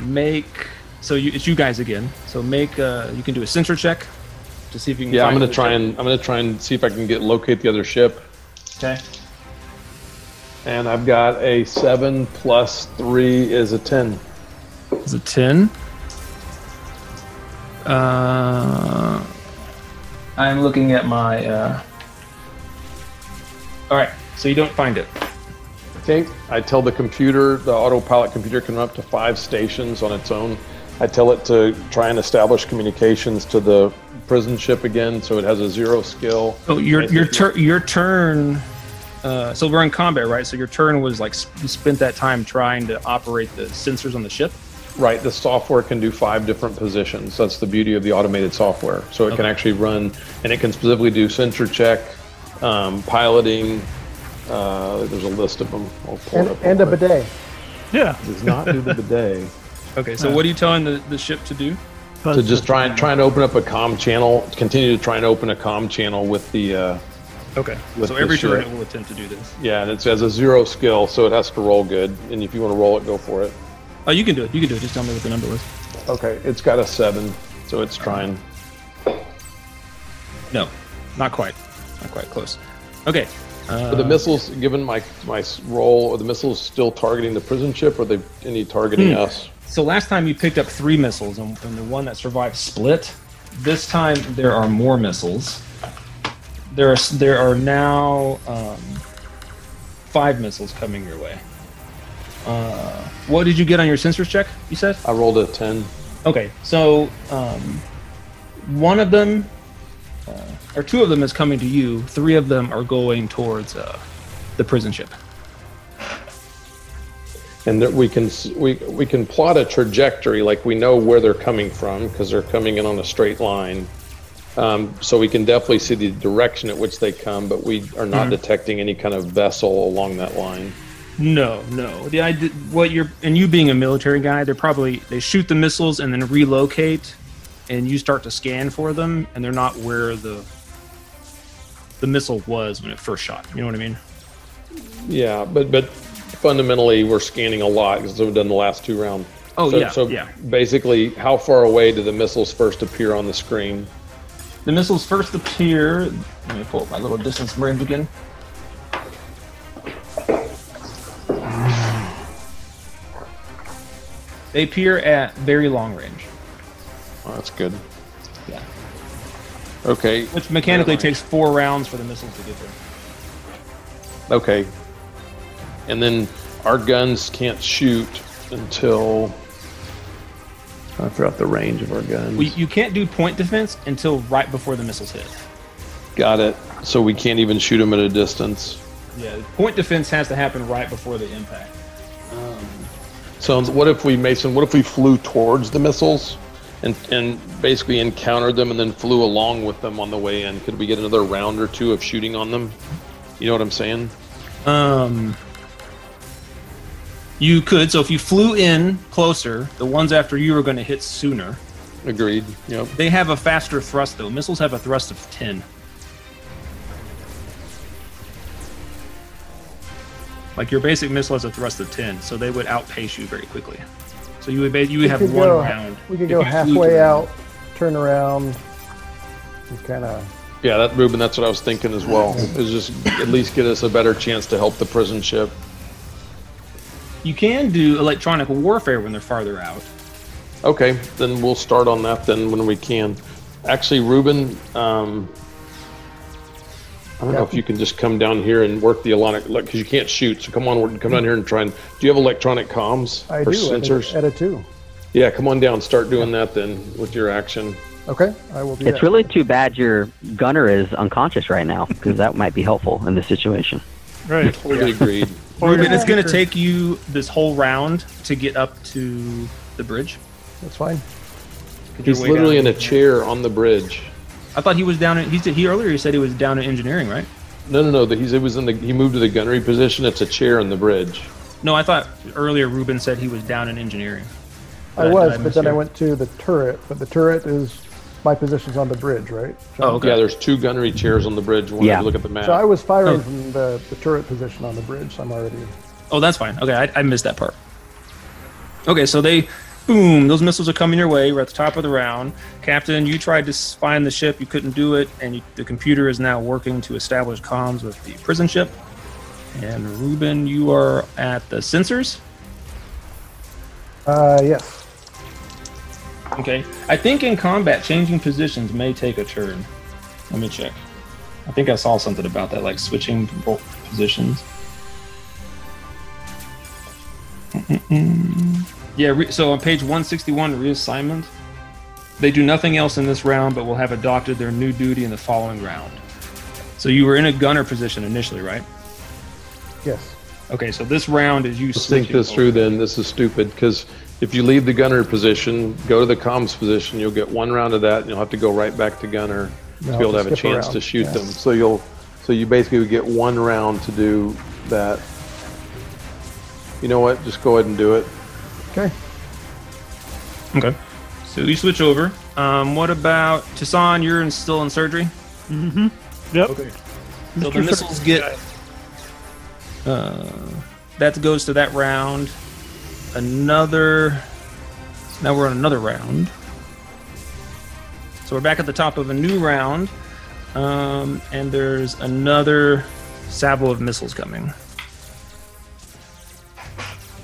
make So you, it's you guys again. So make uh, you can do a sensor check to see if you can. Yeah, I'm find gonna the try ship. and I'm gonna try and see if I can get locate the other ship. Okay. And I've got a seven plus three is a ten. Is it ten? Uh, I'm looking at my. Uh... All right. So you don't find it. Okay. I tell the computer, the autopilot computer can run up to five stations on its own. I tell it to try and establish communications to the prison ship again, so it has a zero skill. Oh, your I your think- tur your turn. Uh, so we're in combat, right? So your turn was like sp- you spent that time trying to operate the sensors on the ship. Right, the software can do five different positions. That's the beauty of the automated software. So it can Okay. actually run, and it can specifically do sensor check, um, piloting. Uh, there's a list of them. I'll pull And, it up. real and a quick. bidet. Yeah. Does not do the bidet. Okay. So what are you telling the, the ship to do? So just try and try and open up a com channel. Continue to try and open a com channel with the. Uh, Okay. With so the every turn ship. it will attempt to do this. yeah, and it has a zero skill, so it has to roll good. And if you want to roll it, go for it. Oh, you can do it. You can do it. Just tell me what the number was. Okay, it's got a seven, so it's trying. No, not quite. Not quite close. Okay. Uh, Are the missiles, given my my role, are the missiles still targeting the prison ship, or are they any targeting Hmm. us? so last time you picked up three missiles, and, and the one that survived split. This time there are more missiles. There are s- there are now um, five missiles coming your way. Uh, what did you get on your sensors check? You said. I rolled a ten. Okay, so um, one of them, uh, or two of them, is coming to you. Three of them are going towards uh, the prison ship. and that we can s- we we can plot a trajectory like we know where they're coming from because they're coming in on a straight line um, so we can definitely see the direction at which they come but we are not Hmm. detecting any kind of vessel along that line No, no. The idea, what you're, and you being a military guy, they're probably they shoot the missiles and then relocate, and you start to scan for them, and they're not where the the missile was when it first shot. You know what I mean? yeah but but fundamentally we're scanning a lot because we've done the last two rounds Oh, so, yeah, so yeah. basically how far away do the missiles first appear on the screen The missiles first appear. Let me pull up my little distance range again. They appear at very long range, oh, that's good Yeah. okay which mechanically Very long. takes four rounds for the missiles to get there. Okay. And then our guns can't shoot until I forgot the range of our guns. We, you can't do point defense until right before the missiles hit. got it. So we can't even shoot them at a distance. Yeah, point defense has to happen right before the impact. So what if we, Mason? What if we flew towards the missiles, and and basically encountered them, and then flew along with them on the way in? Could we get another round or two of shooting on them? You know what I'm saying? Um, you could. So if you flew in closer, the ones after you are going to hit sooner. Agreed. Yep. They have a faster thrust though. Missiles have a thrust of ten. Like your basic missile has a thrust of ten, so they would outpace you very quickly. So you would ba- you would have could one go- round. We could if go you flew halfway during- out, turn around, and kind of. Yeah, that Ruben. That's what I was thinking as well. Is just at least get us a better chance to help the prison ship. You can do electronic warfare when they're farther out. Okay, then we'll start on that then when we can. Actually, Ruben, um, I don't know if you can just come down here and work the electronic because you can't shoot. So come on, come down here and try and. Do you have electronic comms I or do at a- sensors? at a, two. yeah, come on down. Start doing that then with your action. Okay, I will do It's that. really too bad your gunner is unconscious right now because that might be helpful in this situation. Right. Totally agreed. Ruben, it's going to take you this whole round to get up to the bridge. That's fine. He's way literally down. in a chair on the bridge. I thought he was down. In, he said he earlier said he was down in engineering, right? No, no, no. The, he's it was in the. He moved to the gunnery position. It's a chair on the bridge. No, I thought earlier Ruben said he was down in engineering. I Did was, did but then I mishear? went to the turret. But the turret is my position's on the bridge, right? John? Oh, okay. Yeah, there's two gunnery chairs on the bridge. When Yeah. you look at the map. So I was firing Oh. from the, the turret position on the bridge. So I'm already. Oh, that's fine. Okay, I, I missed that part. Okay, so they boom, those missiles are coming your way. We're at the top of the round. Captain, you tried to s- find the ship, you couldn't do it, and you, the computer is now working to establish comms with the prison ship. And Ruben, you are at the sensors. Uh, yes. Okay. I think in combat, changing positions may take a turn. Let me check. I think I saw something about that, like switching po- positions. Mm-mm-mm. Yeah, re- so on page 161, reassignment. They do nothing else in this round, but will have adopted their new duty in the following round. So you were in a gunner position initially, right? Yes. Okay, so this round is you Let's think switching this through then. This is stupid because if you leave the gunner position, go to the comms position, you'll get one round of that and you'll have to go right back to gunner to be able to have a skip chance around. to shoot Yeah. them. So you'll so you basically would get one round to do that. You know what? Just go ahead and do it. Okay. Okay. So you switch over. Um, what about Tassan? You're in, still in surgery. Mm-hmm. Yep. So the missiles get. Uh, that goes to that round. Another. Now we're on another round. So we're back at the top of a new round, um, and there's another salvo of missiles coming.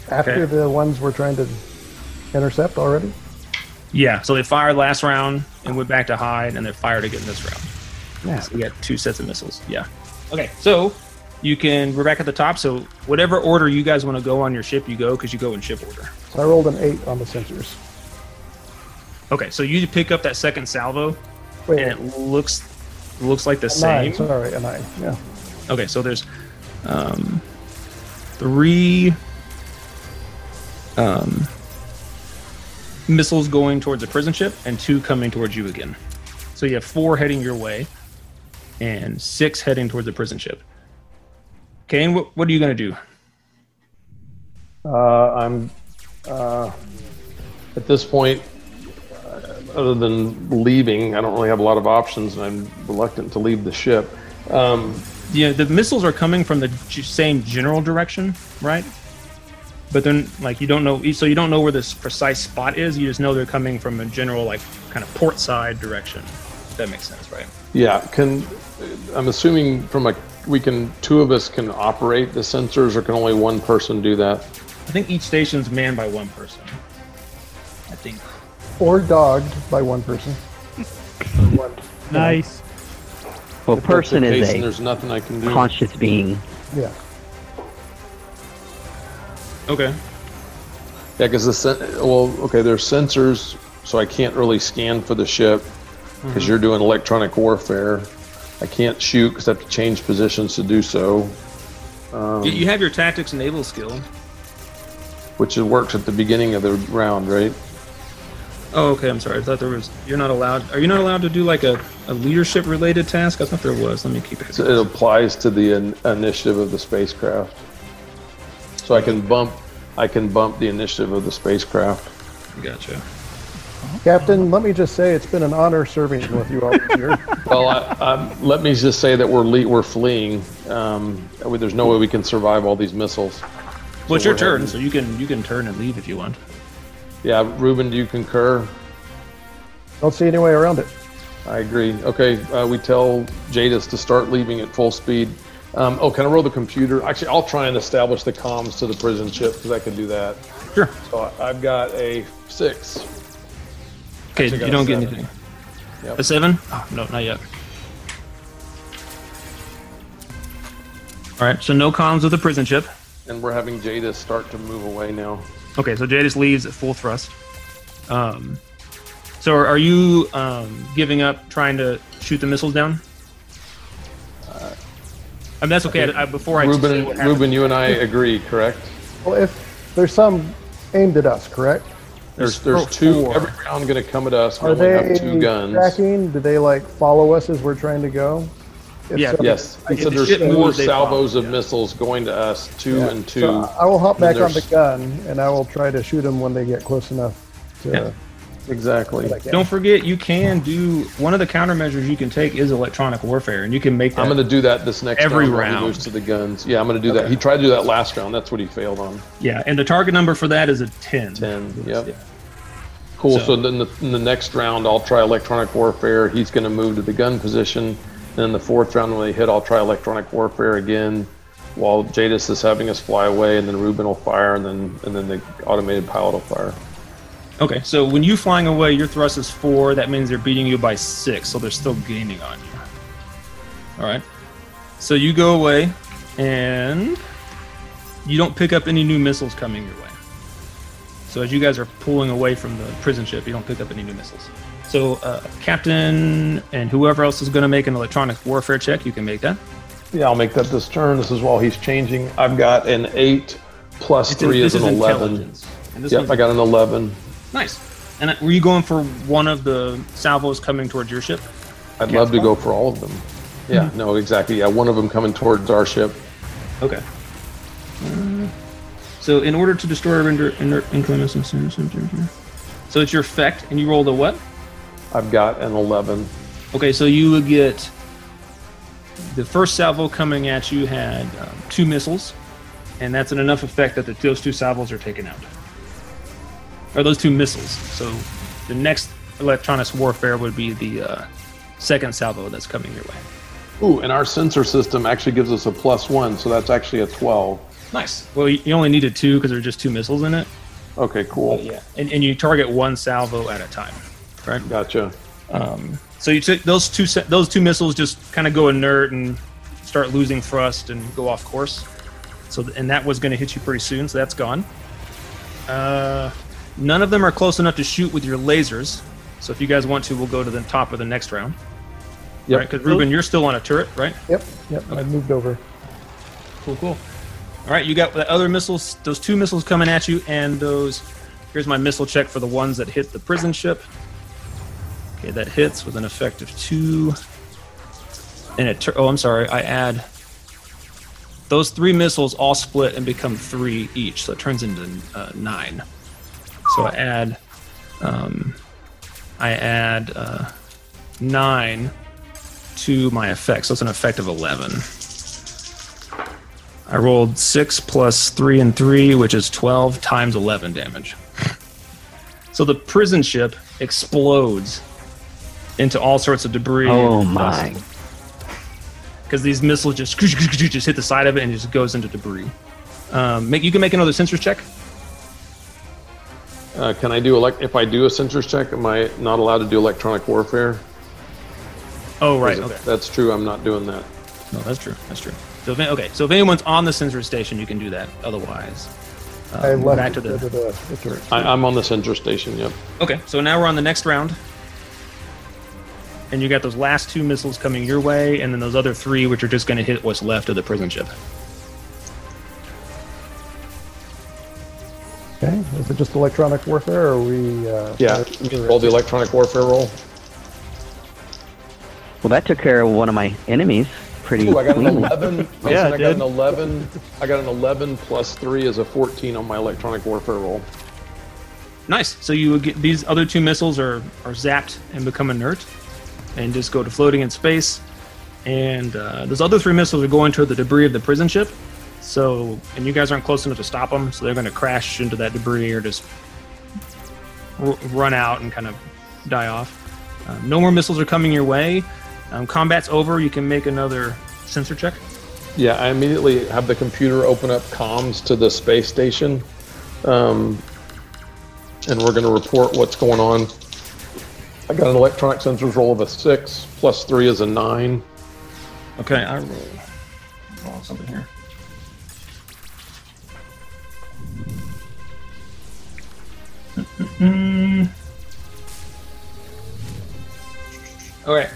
After Okay. the ones we're trying to intercept already. Yeah. So they fired last round and went back to hide, and they're fired again this round. So we got two sets of missiles. Yeah. Okay. So you can. We're back at the top. So whatever order you guys want to go on your ship, you go because you go in ship order. So I rolled an eight on the sensors. Okay. So you pick up that second salvo, Wait, and it looks looks like the a nine. same. Sorry, a nine. Yeah. Okay. So there's um, three um, missiles going towards a prison ship, and two coming towards you again. So you have four heading your way, and six heading towards the prison ship. Kane, what, what are you gonna do? Uh, I'm uh, at this point, uh, other than leaving, I don't really have a lot of options, and I'm reluctant to leave the ship. Um, Yeah, the missiles are coming from the g- same general direction, right? But then, like, you don't know, so you don't know where this precise spot is. You just know they're coming from a general, like, kind of port side direction. If that makes sense, right? Yeah, can I'm assuming from a we can two of us can operate the sensors, or can only one person do that? I think each station's manned by one person. I think. Or dogged by one person. one. Nice. Well, If that's person the case, is then a there's nothing I can do. conscious being. Yeah. Okay. Yeah, because the sen- well, okay, there's sensors, so I can't really scan for the ship because you're doing electronic warfare. I can't shoot because I have to change positions to do so, you, you have your tactics naval skill. which it works at the beginning of the round, right? Oh, okay. I'm sorry. I thought there was. You're not allowed. Are you not allowed to do like a, a leadership related task? I thought there was. Let me keep it. So it applies to the in- initiative of the spacecraft. So I can bump, I can bump the initiative of the spacecraft. Gotcha. Captain, let me just say it's been an honor serving with you all this [laughs] year. Well, I, i let me just say that we're le- we're fleeing. Um, I mean, there's no way we can survive all these missiles. Well, it's your we're turn, heading- so you can you can turn and leave if you want. Yeah, Ruben, do you concur? Don't see any way around it. I agree. Okay, uh, we tell Jadis to start leaving at full speed. Um, oh, can I roll the computer? Actually, I'll try and establish the comms to the prison ship because I can do that. Sure. So I- I've got a six. Okay, Actually, I you got a don't get seven. anything. Yep. A seven? Oh, no, not yet. All right, so no comms with the prison ship. And we're having Jada start to move away now. Okay, so Jadis leaves at full thrust. Um, so are, are you um, giving up trying to shoot the missiles down? I mean, that's okay. I, I- before I say Uh, Ruben, what happened- Ruben, you and I agree, correct? Well, if there's some aimed at us, correct? There's There's there's two four. every round going to come at us. We Are only they have two guns. tracking? Do they like follow us as we're trying to go? If Yeah. so, Yes. I- And so the there's ship four moves, they salvos follow, of yeah. missiles going to us, two yeah. and two. So uh, I will hop And then back on the there's- gun and I will try to shoot them when they get close enough. To, Yeah. Exactly. like, Don't forget, you can do one of the countermeasures you can take is electronic warfare, and you can make that. I'm going to do that this next Every round. when he round. moves to the guns. Yeah, I'm going to do that. He tried to do that last round. That's what he failed on. yeah, and the target number for that is a 10. Ten. Yep. Yeah. Cool. So- So, then the, in the next round, I'll try electronic warfare. He's going to move to the gun position. Then the fourth round, when they hit, I'll try electronic warfare again. While Jadis is having us fly away, and then Ruben will fire, and then and then the automated pilot will fire. Okay, so when you flying away, your thrust is four. That means they're beating you by six, so they're still gaining on you. All right. So you go away, and you don't pick up any new missiles coming your way. So as you guys are pulling away from the prison ship, you don't pick up any new missiles. So uh, captain and whoever else is going to make an electronic warfare check, you can make that. Yeah, I'll make that this turn. This is while he's changing. I've got an eight plus It's in- three this is an eleven. intelligence, and this Yep, one's I got an eleven. nice. And uh, were you going for one of the salvos coming towards your ship? I'd Yeah, love to it's go for all of them. Yeah, Mm-hmm. no, exactly. Yeah, one of them coming towards our ship. Okay. Uh, So in order to destroy or render inert inclement So it's your effect, and you rolled a what? I've got an eleven. Okay, so you would get the first salvo coming at you had um, two missiles, and that's an enough effect that the, those two salvos are taken out. Or those two missiles. So the next electronics warfare would be the uh, second salvo that's coming your way. Ooh, and our sensor system actually gives us a plus one, so that's actually a twelve. Nice. Well, you you only needed two because there are just two missiles in it. Okay, cool. Yeah, and, and you target one salvo at a time, right? Gotcha. Um, so you took those two se- those two missiles just kind of go inert and start losing thrust and go off course. So th- and that was going to hit you pretty soon, so that's gone. Uh, none of them are close enough to shoot with your lasers. So if you guys want to, we'll go to the top of the next round. Yep. Right? Because Ruben, you're still on a turret, right? Yep, yep. I moved over. Cool, cool. All right, you got the other missiles, those two missiles coming at you, and those. Here's my missile check for the ones that hit the prison ship. Okay, that hits with an effect of two. And it. Tur- oh, I'm sorry. I add. Those three missiles all split and become three each, so it turns into uh, nine. So I add. Um, I add uh, nine to my effect, so it's an effect of 11. I rolled six plus three and three, which is 12 times 11 damage. So the prison ship explodes into all sorts of debris. Oh my! Because these missiles just, [laughs] just hit the side of it and it just goes into debris. Um, make, you can make another sensors check. Uh, can I do elect? If I do a sensors check, am I not allowed to do electronic warfare? Oh, right. Is it- Okay. That's true. I'm not doing that. No, that's true. That's true. So if, okay, so if anyone's on the sensor station, you can do that. Otherwise, um, I left back it to the to the, the turret. I, I'm on the sensor station. Yep. Okay, so now we're on the next round. And you got those last two missiles coming your way, and then those other three, which are just going to hit what's left of the prison ship. Okay, is it just electronic warfare, or are we? Uh, Yeah. Roll the electronic warfare roll. Well, that took care of one of my enemies pretty Ooh, I got an cleanly. eleven. Listen, Yeah, it I got did. an eleven. I got an eleven plus three is a fourteen on my electronic warfare roll. Nice. So you would get these other two missiles are are zapped and become inert, and just go to floating in space. And uh, those other three missiles are going toward the debris of the prison ship. So, and you guys aren't close enough to stop them, so they're going to crash into that debris or just r- run out and kind of die off. Uh, no more missiles are coming your way. Um, combat's over. You can make another sensor check. Yeah, I immediately have the computer open up comms to the space station, um, and we're going to report what's going on. I got an electronic sensors roll of a six plus three is a nine. Okay, I roll, roll something here. Mm. All right,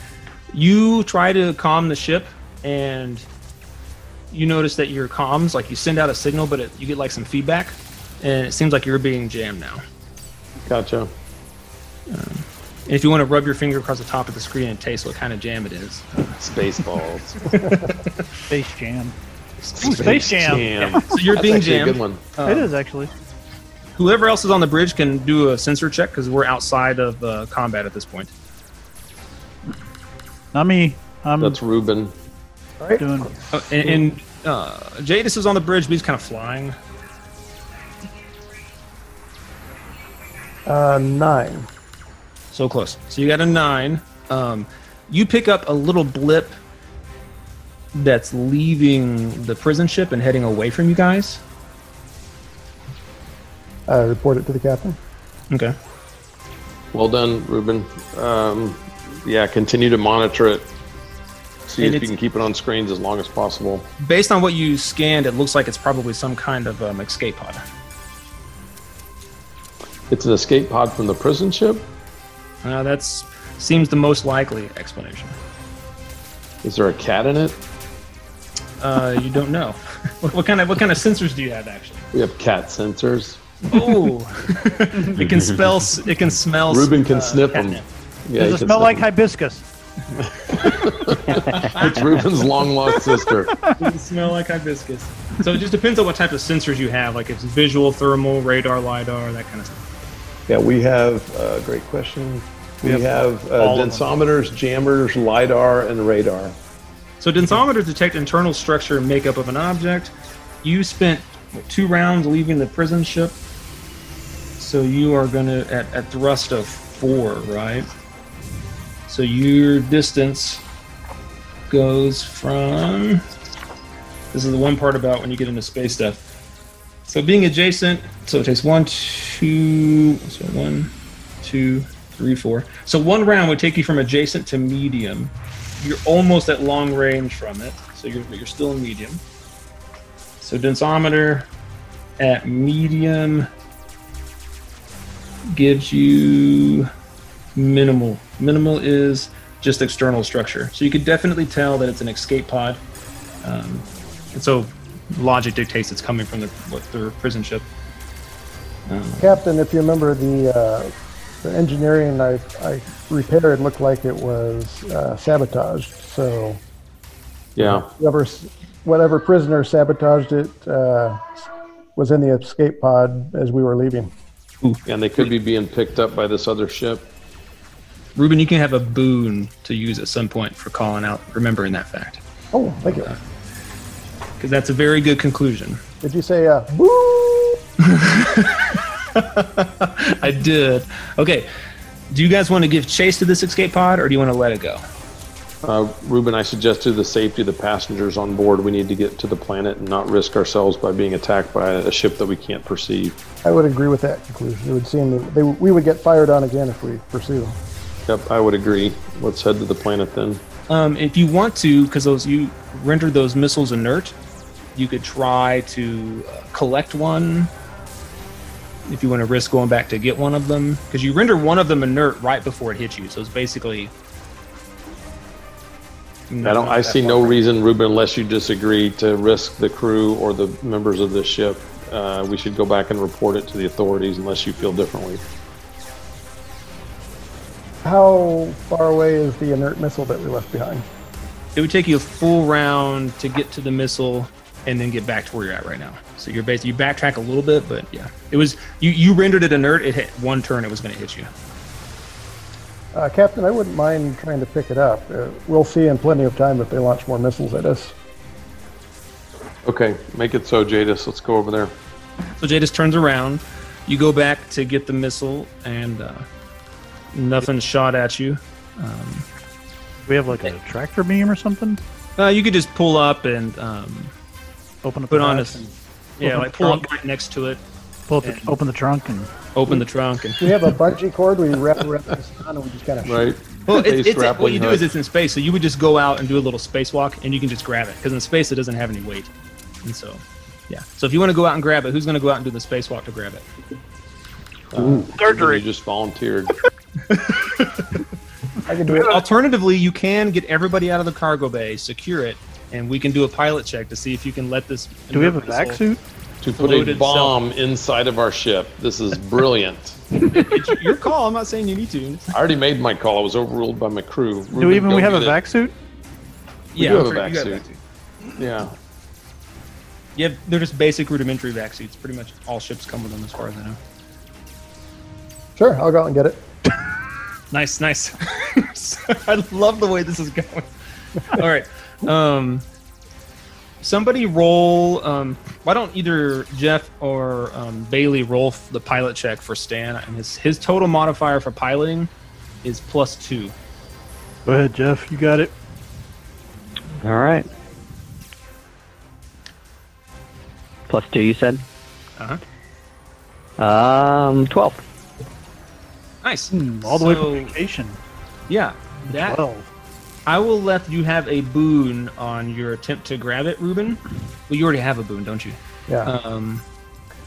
you try to calm the ship, and you notice that your comms, like you send out a signal, but it, you get like some feedback, and it seems like you're being jammed now. Gotcha. And if you want to rub your finger across the top of the screen and taste what kind of jam it is, Spaceballs. Space Jam. Space, Jam. so you're That's being actually a jammed. good one. it is actually. Whoever else is on the bridge can do a sensor check because we're outside of uh, combat at this point. Not me. I'm That's Ruben. doing. Uh, and and uh, Jadis is on the bridge, but he's kind of flying. Uh, nine. So close. So you got a nine. Um, you pick up a little blip that's leaving the prison ship and heading away from you guys. Uh, report it to the captain. Okay. Well done, Ruben. Um, yeah, continue to monitor it. See And if you it's- can keep it on screens as long as possible. Based on what you scanned, it looks like it's probably some kind of um, escape pod. It's an escape pod from the prison ship. Uh, that's seems the most likely explanation. Is there a cat in it? Uh, you don't know. [laughs] what, what kind of what kind of sensors do you have actually? We have cat sensors. Oh, it can spell. s- It can smell. s- Ruben can uh, sniff them. catnip. Yeah, Does he can it smell sniff like 'em. hibiscus? It's Ruben's long lost sister. Does it smell like hibiscus? So it just depends on what type of sensors you have. Like if it's visual, thermal, radar, lidar, that kind of stuff. [laughs] Yeah, we have. Uh, great question. We have have uh, all of them. densometers, jammers, lidar, and radar. So densometers detect internal structure and makeup of an object. You spent what, two rounds leaving the prison ship, so you are gonna at, at thrust of four, right? So your distance goes from. This is the one part about when you get into space stuff. So being adjacent, so it takes one, two, so one, two, three, four. So one round would take you from adjacent to medium you're almost at long range from it, so you're but you're still in medium. So densometer at medium gives you minimal. Minimal is just external structure, so you could definitely tell that it's an escape pod. Um, and so logic dictates it's coming from the, what, the prison ship. Captain, if you remember the uh, the engineering I, I repaired looked like it was uh, sabotaged. So Yeah, whoever s- whatever prisoner sabotaged it uh, was in the escape pod as we were leaving. and they could be being picked up by this other ship. Ruben, you can have a boon to use at some point for calling out, remembering that fact, Oh, thank you. because that's a very good conclusion. Did you say uh, boo? I did. Okay. Do you guys want to give chase to this escape pod or do you want to let it go? Uh, Ruben, I suggested the safety of the passengers on board. We need to get to the planet and not risk ourselves by being attacked by a ship that we can't perceive. I would agree with that conclusion. It would seem that they, we would get fired on again if we pursue. Yep, I would agree. Let's head to the planet then. Um, if you want to, because those you rendered those missiles inert, you could try to uh, collect one. If you want to risk going back to get one of them, because you render one of them inert right before it hits you, so it's basically. I don't. I see no reason, Ruben, unless you disagree, to risk the crew or the members of this ship. Uh, we should go back and report it to the authorities, unless you feel differently. How far away is the inert missile that we left behind? It would take you a full round to get to the missile and then get back to where you're at right now. So you're basically you backtrack a little bit, but yeah, it was you. You rendered it inert. It hit one turn. It was going to hit you. Uh, Captain, I wouldn't mind trying to pick it up. Uh, we'll see in plenty of time if they launch more missiles at us. Okay, make it so, Jadis. Let's go over there. So Jadis turns around. You go back to get the missile, and uh, nothing's shot at you. Do we have like a tractor beam or something? Uh, you could just pull up and um, Open up put the on a hatch and yeah, Open like the pull up trunk. right next to it, pull up the, open the trunk and open the trunk, and Do we have a bungee cord we wrap around this on and we just kind of Right. Well, Base it's, it's, what grappling you do hook. is it's in space, so you would just go out and do a little spacewalk, and you can just grab it because in space it doesn't have any weight, and so yeah. So if you want to go out and grab it, who's going to go out and do the spacewalk to grab it? You just volunteered. I can do it. Alternatively, you can get everybody out of the cargo bay, secure it, and we can do a pilot check to see if you can let this. do we have a vac missile- suit? to put a Loaded bomb inside of our ship. This is brilliant. It's Your call. I'm not saying you need to. I already made my call. I was overruled by my crew. Do Ruben, we even go we have get a it. vac suit? We yeah, do have I'm a pretty- vac you got suit. Yeah. Yeah, they're just basic rudimentary vac suits. Pretty much all ships come with them, as far as I know. Sure, I'll go out and get it. Nice, nice. [laughs] I love the way this is going. All right. Um, somebody roll. Um, why don't either Jeff or um, Bailey roll f- the pilot check for Stan? And his his total modifier for piloting is plus two. Go ahead, Jeff. You got it. All right. Plus two, you said? Uh-huh. Um, 12. Nice. Hmm, all the So- way from vacation. Yeah. That Twelve. I will let you have a boon on your attempt to grab it, Ruben. Well, you already have a boon, don't you? Yeah. Uh, Um,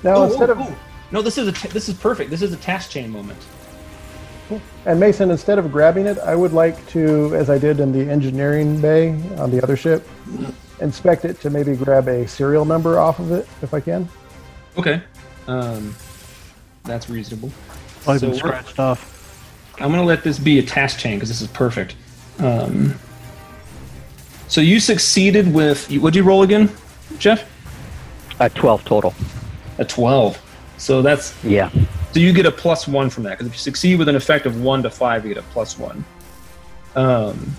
now oh, instead oh, of oh. no, this is a t- this is perfect. This is a task chain moment. and Mason, instead of grabbing it, I would like to, as I did in the engineering bay on the other ship, inspect it to maybe grab a serial number off of it if I can. Okay. Um, that's reasonable. Probably been So we're- scratched off. I'm gonna let this be a task chain because this is perfect. Um, so you succeeded with what'd you roll again, Jeff? Uh, 12 total. A twelve. So that's Yeah. so you get a plus one from that because if you succeed with an effect of one to five, you get a plus one. Um,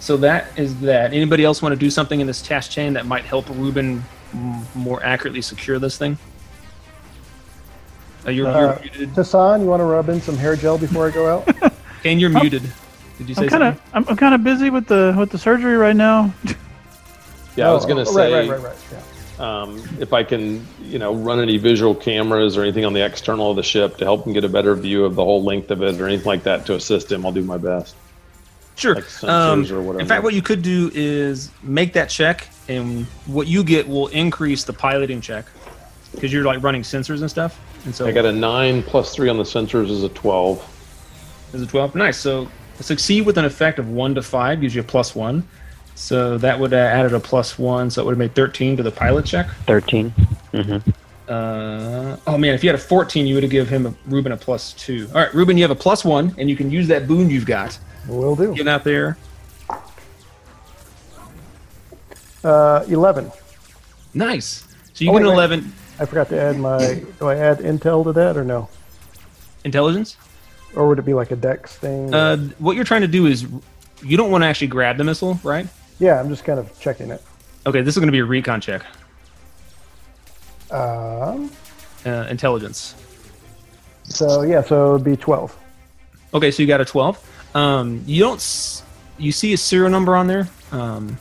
so that is that. Anybody else want to do something in this task chain that might help Ruben m- more accurately secure this thing? Uh, you're, you're Uh, muted. Tassan, you want to rub in some hair gel before I go out? Kane, you're muted. Did you say I'm kind of something? I'm, I'm kind of busy with the with the surgery right now. [laughs] Yeah, I was gonna Oh, say Right, right, right, right. Yeah. um, if I can, you know, run any visual cameras or anything on the external of the ship to help him get a better view of the whole length of it or anything like that to assist him, I'll do my best. Sure. like sensors um, or whatever. In fact, what you could do is make that check, and what you get will increase the piloting check because you're like running sensors and stuff. And so I got a nine plus three on the sensors is a twelve. Is a 12? Nice. So succeed with an effect of 1 to 5 gives you a plus 1. So that would uh, added a plus 1, so it would have made 13 to the pilot check. 13. Mm-hmm. Uh, oh man, if you had a 14, you would have given him a, Ruben a plus 2. All right, Ruben, you have a plus 1, and you can use that boon you've got. Will do. Get out there. Uh, 11. Nice. So you Oh, get an wait, wait. 11 I forgot to add my. Do I add intel to that or no? intelligence. Or would it be like a dex thing? Uh, what you're trying to do is you don't want to actually grab the missile, right? yeah, I'm just kind of checking it. Okay, this is going to be a recon check. Um, Uh, intelligence. so, yeah, so it would be 12. Okay, so you got a 12. Um, you don't. S- you see a serial number on there. Um,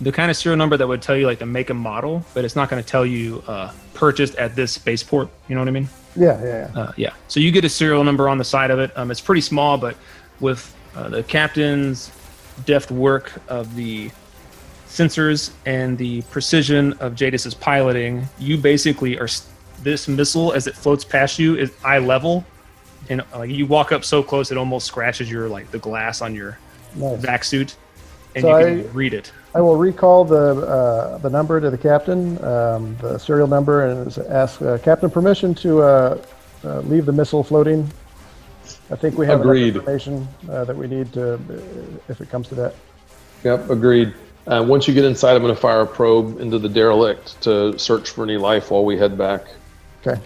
the kind of serial number that would tell you like the make and model, but it's not going to tell you uh, purchased at this spaceport. You know what I mean? Yeah, yeah, yeah. Uh, yeah. So you get a serial number on the side of it. Um, it's pretty small, but with uh, the captain's deft work of the sensors and the precision of Jadis's piloting, you basically are s- this missile as it floats past you is eye level, and uh, you walk up so close it almost scratches your like the glass on your Nice. vac suit, and So you can I- read it. I will recall the uh, the number to the captain, um, the serial number, and is- ask uh, captain permission to uh, uh, leave the missile floating. I think we have enough Agreed. information uh, that we need to, uh, if it comes to that. Yep, agreed. Uh, once you get inside, I'm going to fire a probe into the derelict to search for any life while we head back. Okay.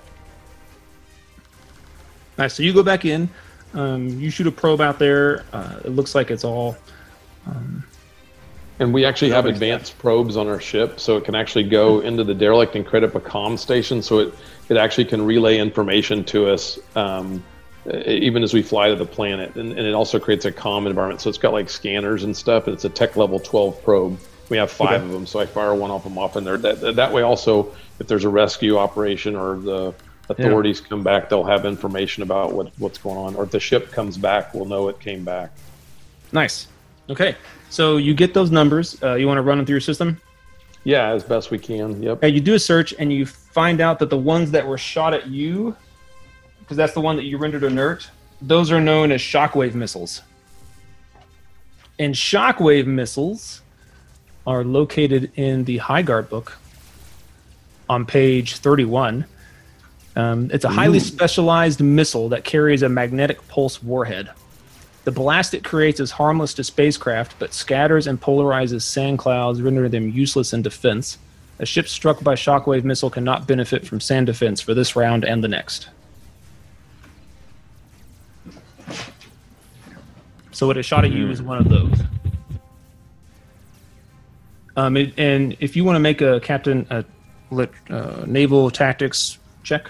All right, so you go back in. Um, you shoot a probe out there. Uh, it looks like it's all And we actually have advanced probes on our ship, so it can actually go into the derelict and create up a comm station, so it, it actually can relay information to us um, e- even as we fly to the planet. And, and it also creates a comm environment, so it's got like scanners and stuff, and it's a tech level 12 probe. We have five of them, so I fire one off them off in there. That, that- that way, also, if there's a rescue operation or the authorities come back, they'll have information about what, what's going on. Or if the ship comes back, we'll know it came back. Nice. Okay. So you get those numbers. Uh, you want to run them through your system. Yeah, as best we can. Yep. And you do a search and you find out that the ones that were shot at you, because that's the one that you rendered inert, those are known as shockwave missiles. And shockwave missiles are located in the High Guard book on page 31. Um, it's a highly specialized missile that carries a magnetic pulse warhead. The blast it creates is harmless to spacecraft, but scatters and polarizes sand clouds, rendering them useless in defense. A ship struck by shockwave missile cannot benefit from sand defense for this round and the next. So what it shot at you is one of those. Um, it, and if you want to make a captain a lit, uh, naval tactics check,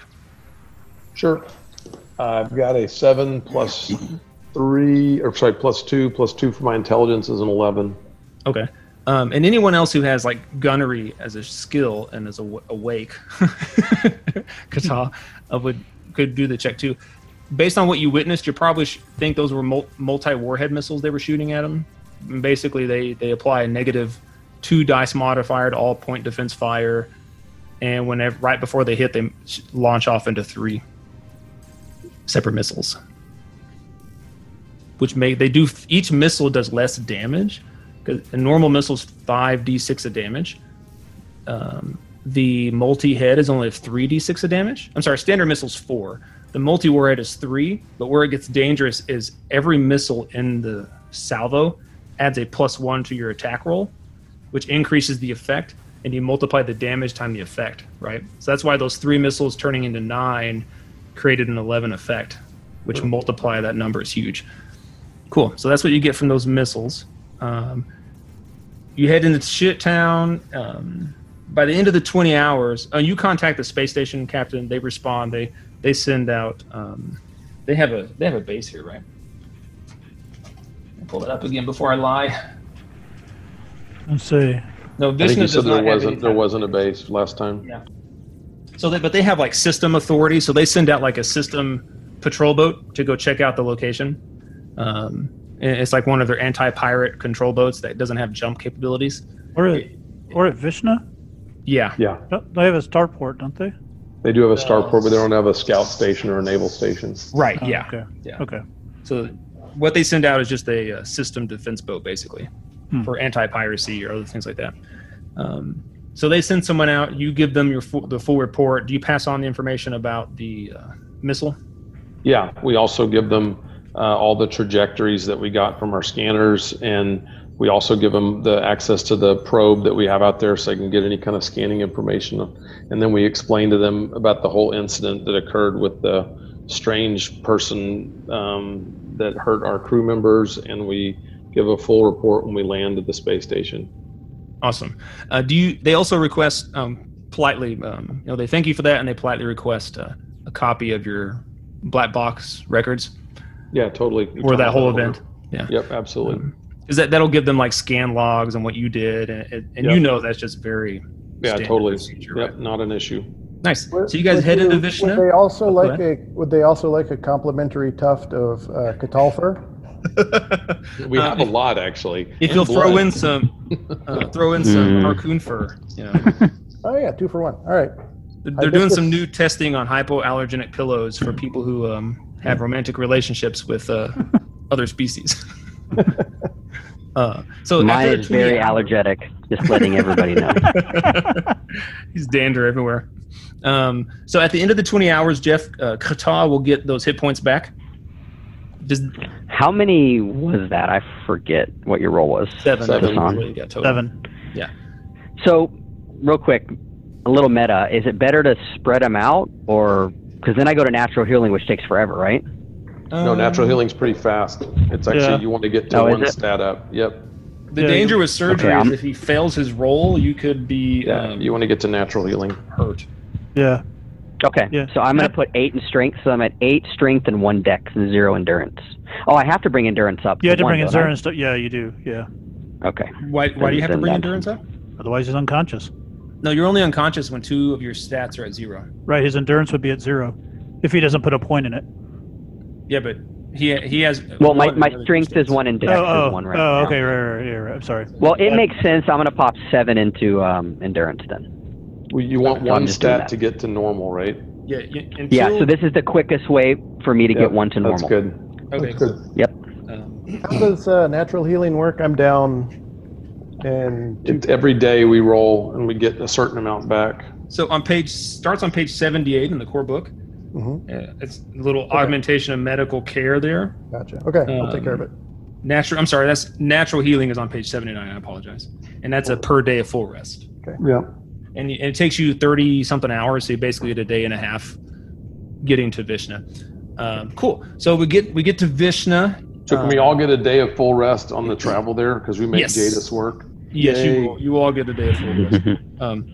Sure. I've got a seven plus three, or sorry, plus two, plus two for my intelligence is an 11. okay. Um, and anyone else who has like gunnery as a skill and is aw- awake, [laughs] Kata, uh, would could do the check too. Based on what you witnessed, you probably sh- think those were mul- multi warhead missiles they were shooting at them. And basically, they they apply a negative two dice modifier to all point defense fire, and whenever right before they hit, they sh- launch off into three separate missiles. Which make they do each missile does less damage, because a normal missile's five d six of damage. Um, the multi head is only three d six of damage. I'm sorry, standard missile's four. The multi warhead is three, but where it gets dangerous is every missile in the salvo adds a plus one to your attack roll, which increases the effect, and you multiply the damage time the effect. Right, so that's why those three missiles turning into nine created an eleven effect, which multiply that number is huge. Cool. So that's what you get from those missiles. Um, you head into Shit Town. Um, by the end of the 20 hours, uh, you contact the space station captain. They respond. They they send out. Um, they have a they have a base here, right? Pull that up again before I lie. [laughs] Let's see. No, I think Vishnu you does said there not have any wasn't, there wasn't a base last time. Yeah. So, they, but they have like system authority, so they send out like a system patrol boat to go check out the location. Um, and it's like one of their anti-pirate control boats that doesn't have jump capabilities. Or at, or at Vishna? Yeah, Yeah, Don't- They have a starport, don't they? they do have a Uh, starport, but they don't have a scout station or a naval station. right. Oh, yeah. Okay. Yeah. Okay. So what they send out is just a uh, system defense boat, basically, Hmm. for anti-piracy or other things like that. Um, so they send someone out. You give them your full, the full report. Do you pass on the information about the uh, missile? Yeah, we also give them uh, all the trajectories that we got from our scanners, and we also give them the access to the probe that we have out there, so they can get any kind of scanning information. And then we explain to them about the whole incident that occurred with the strange person um, that hurt our crew members, and we give a full report when we land at the space station. Awesome. Uh, do you? They also request um, politely. Um, you know, they thank you for that, and they politely request uh, a copy of your black box records Yeah, totally. or that whole event. Um, Yeah. Yep, absolutely. Because that that'll give them like scan logs on what you did, and, and, and Yeah. you know that's just very Yeah, standard totally. procedure, Yep, right? not an issue. nice. Would- So you guys would head you- into Would they Vishnu. Oh, also Go like a would they also like a complimentary tuft of uh, catal fur? We Uh, have a lot actually. [laughs] if And you'll throw blood. in [laughs] some, uh, throw in some Hmm. Mm. harcoon fur. You know, Oh yeah, two for one. All right. they're I they're doing guess some it's- new testing on hypoallergenic pillows for people who um, have romantic relationships with uh, other [laughs] species. [laughs] uh, so Mine after is 20 very hours- allergic. Just letting everybody know. He's dander everywhere. Um, so at the end of the 20 hours, Jeff uh, Kata will get those hit points back. Just How many was that? I forget what your roll was. seven. Seven. I think, is what you got total. Seven. So, real quick, a little meta. Is it better to spread them out, or because then I go to natural healing, which takes forever, right? No, Um, natural healing's pretty fast. It's actually Yeah. you want to get to Oh, is one it? stat up. Yep. The Yeah, danger you- with surgery Okay, is I'm- if he fails his roll, you could be Yeah. um, you want to get to natural healing. hurt. Yeah. Okay. Yeah. So I'm gonna Yeah. put eight in strength. So I'm at eight strength and one dex and zero endurance. Oh, I have to bring endurance up. You had to one, bring in don't I? Zern and stuff. Yeah, you do. Yeah. Okay. Why, why do you have to Then bring that- endurance up? Otherwise, he's unconscious. No, you're only unconscious when two of your stats are at zero. Right. His endurance would be at zero if he doesn't put a point in it. Yeah, but he he has. Well, my, one my of the strength other is one and dex oh, is one right oh now. okay. Right, right, right, right. I'm sorry. Well, it Yeah. makes sense. I'm gonna pop seven into um, endurance then. Well, you want I'm one just doing stat that. to get to normal, right? stats. Yeah. yeah, until, Yeah. So this is the quickest way for me to Yep, get one to normal. That's good. Okay. That's cool. good. Yep. Um, How does uh, natural healing work? I'm down and It, every day we roll and we get a certain amount back. so on page starts on page seventy-eight in the core book. Mhm. Uh, it's a little augmentation of medical care there. gotcha. Okay, I'll take care of it. Natural. I'm sorry. That's natural healing is on page seventy-nine. I apologize. And that's a per day of full rest. Yeah. and, you- and it takes you 30 something hours so you basically get a day and a half getting to vishnu um, cool so we get we get to vishnu So can Uh, we all get a day of full rest on the travel there because we made Yes. Jadis work? Yes, Yay. you will, you all get a day of full rest. Um,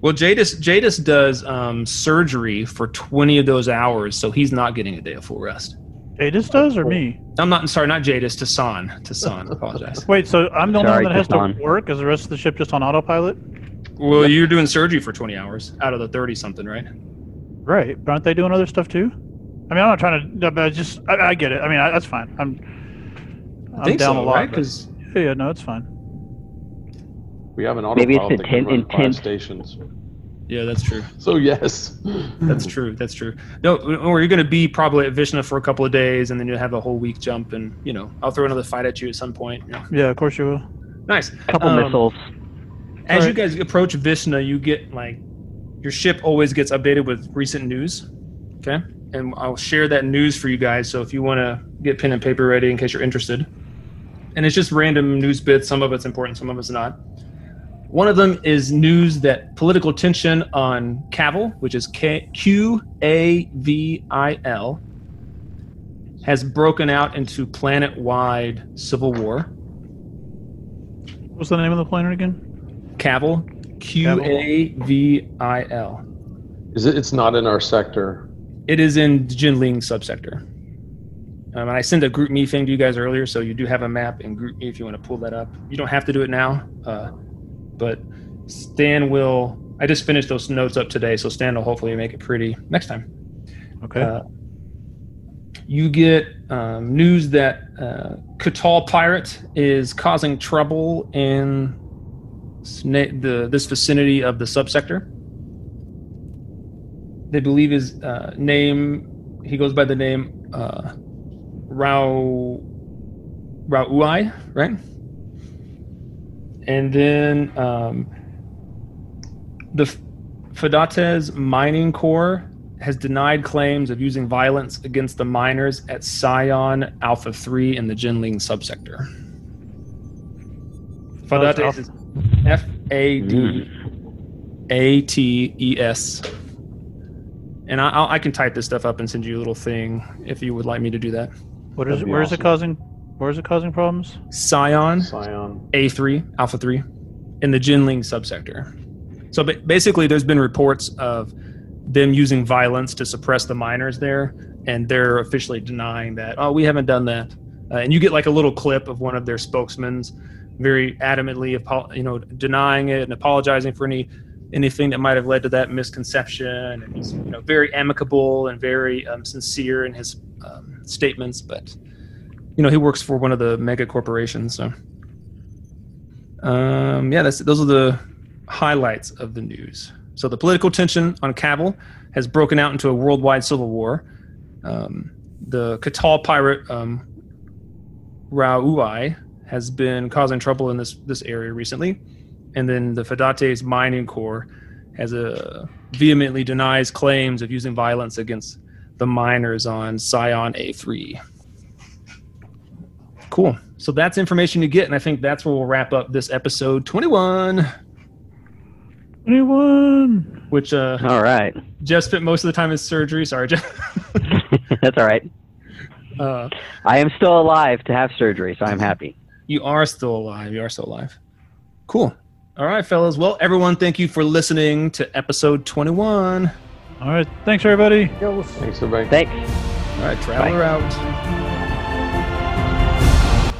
well, Jadis Jadis does um, surgery for twenty of those hours, so he's not getting a day of full rest. Jadis does or me? I'm not sorry, not Jadis. Tassan, Tassan, [laughs] I apologize. Wait, so I'm the only Sorry, one that has to Gaston. work? Is the rest of the ship just on autopilot? Well, you're doing surgery for twenty hours out of the thirty something, right? Right. But aren't they doing other stuff too? I mean, I'm not trying to. no, But I just, I, I get it. I mean, I, that's fine. I'm, I'm down a lot. but- Because yeah, yeah, no, it's fine. We have an Maybe it's autopilot that can intent- run five intent. stations. yeah, that's true. So yes, That's true. That's true. No, or you're going to be probably at Vishnu for a couple of days, and then you'll have a whole week jump, and you know, I'll throw another fight at you at some point. you know. Yeah, of course you will. Nice. couple Um, missiles. As Alright. you guys approach Vishnu, you get like your ship always gets updated with recent news. Okay. And I'll share that news for you guys. So if you want to get pen and paper ready in case you're interested. And it's just random news bits. Some of it's important, some of it's not. One of them is news that political tension on Cavil, which is K- Q A V I L, has broken out into planet wide civil war. What's the name of the planet again? Cavil, Q A V I L. is it? It's not in our sector. It is in the Jinling subsector. Um, and I sent a group me thing to you guys earlier, so you do have a map in group me if you want to pull that up. You don't have to do it now, uh, but Stan will. I just finished those notes up today, so Stan will hopefully make it pretty next time. Okay. Uh, you get um, news that uh, Catal Pirate is causing trouble in sna- the this vicinity of the subsector. They believe his uh, name. He goes by the name uh, Rao Rauai, right? And then um, the F- Fedates Mining Corps has denied claims of using violence against the miners at Scion Alpha 3 in the Jinling subsector. Fadates is F A D A T E S. And I, I'll, I can type this stuff up and send you a little thing if you would like me to do that. what is that'd it? be Where is it awesome. causing? Where is it causing problems? Scion Scion. A3, Alpha 3, in the Jinling subsector. So ba- basically, there's been reports of them using violence to suppress the miners there, and they're officially denying that. Oh, we haven't done that. Uh, and you get like a little clip of one of their spokesmen's very adamantly, apo- you know, denying it and apologizing for any anything that might have led to that misconception. And he's, you know, very amicable and very um, sincere in his um, statements. But you know, he works for one of the mega corporations, so. Um, yeah, that's those are the highlights of the news. So the political tension on Kabul has broken out into a worldwide civil war. Um, the Katal pirate um, Rauai has been causing trouble in this this area recently, and then the Fedates Mining Corps has uh vehemently denies claims of using violence against the miners on Scion A3. Cool. So that's information you get, and I think that's where we'll wrap up this episode 21, Anyone? which uh, All right. Jeff spent most of the time in surgery. Sorry, Jeff. [laughs] That's all right. uh, I am still alive to have surgery, so I'm happy. you are still alive. You are still alive. Cool. All right, fellas. Well, everyone, thank you for listening to episode 21. All right. Thanks, everybody. Thanks, everybody. Thanks. All right, Traveler out.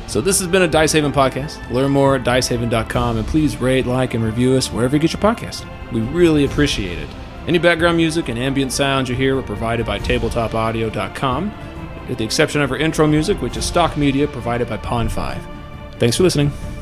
So this has been a Dice Haven podcast. Learn more at dicehaven.com and please rate, like, and review us wherever you get your podcast. We really appreciate it. Any background music and ambient sounds you hear are provided by tabletopaudio.com, with the exception of our intro music, which is stock media provided by Pond5. Thanks for listening.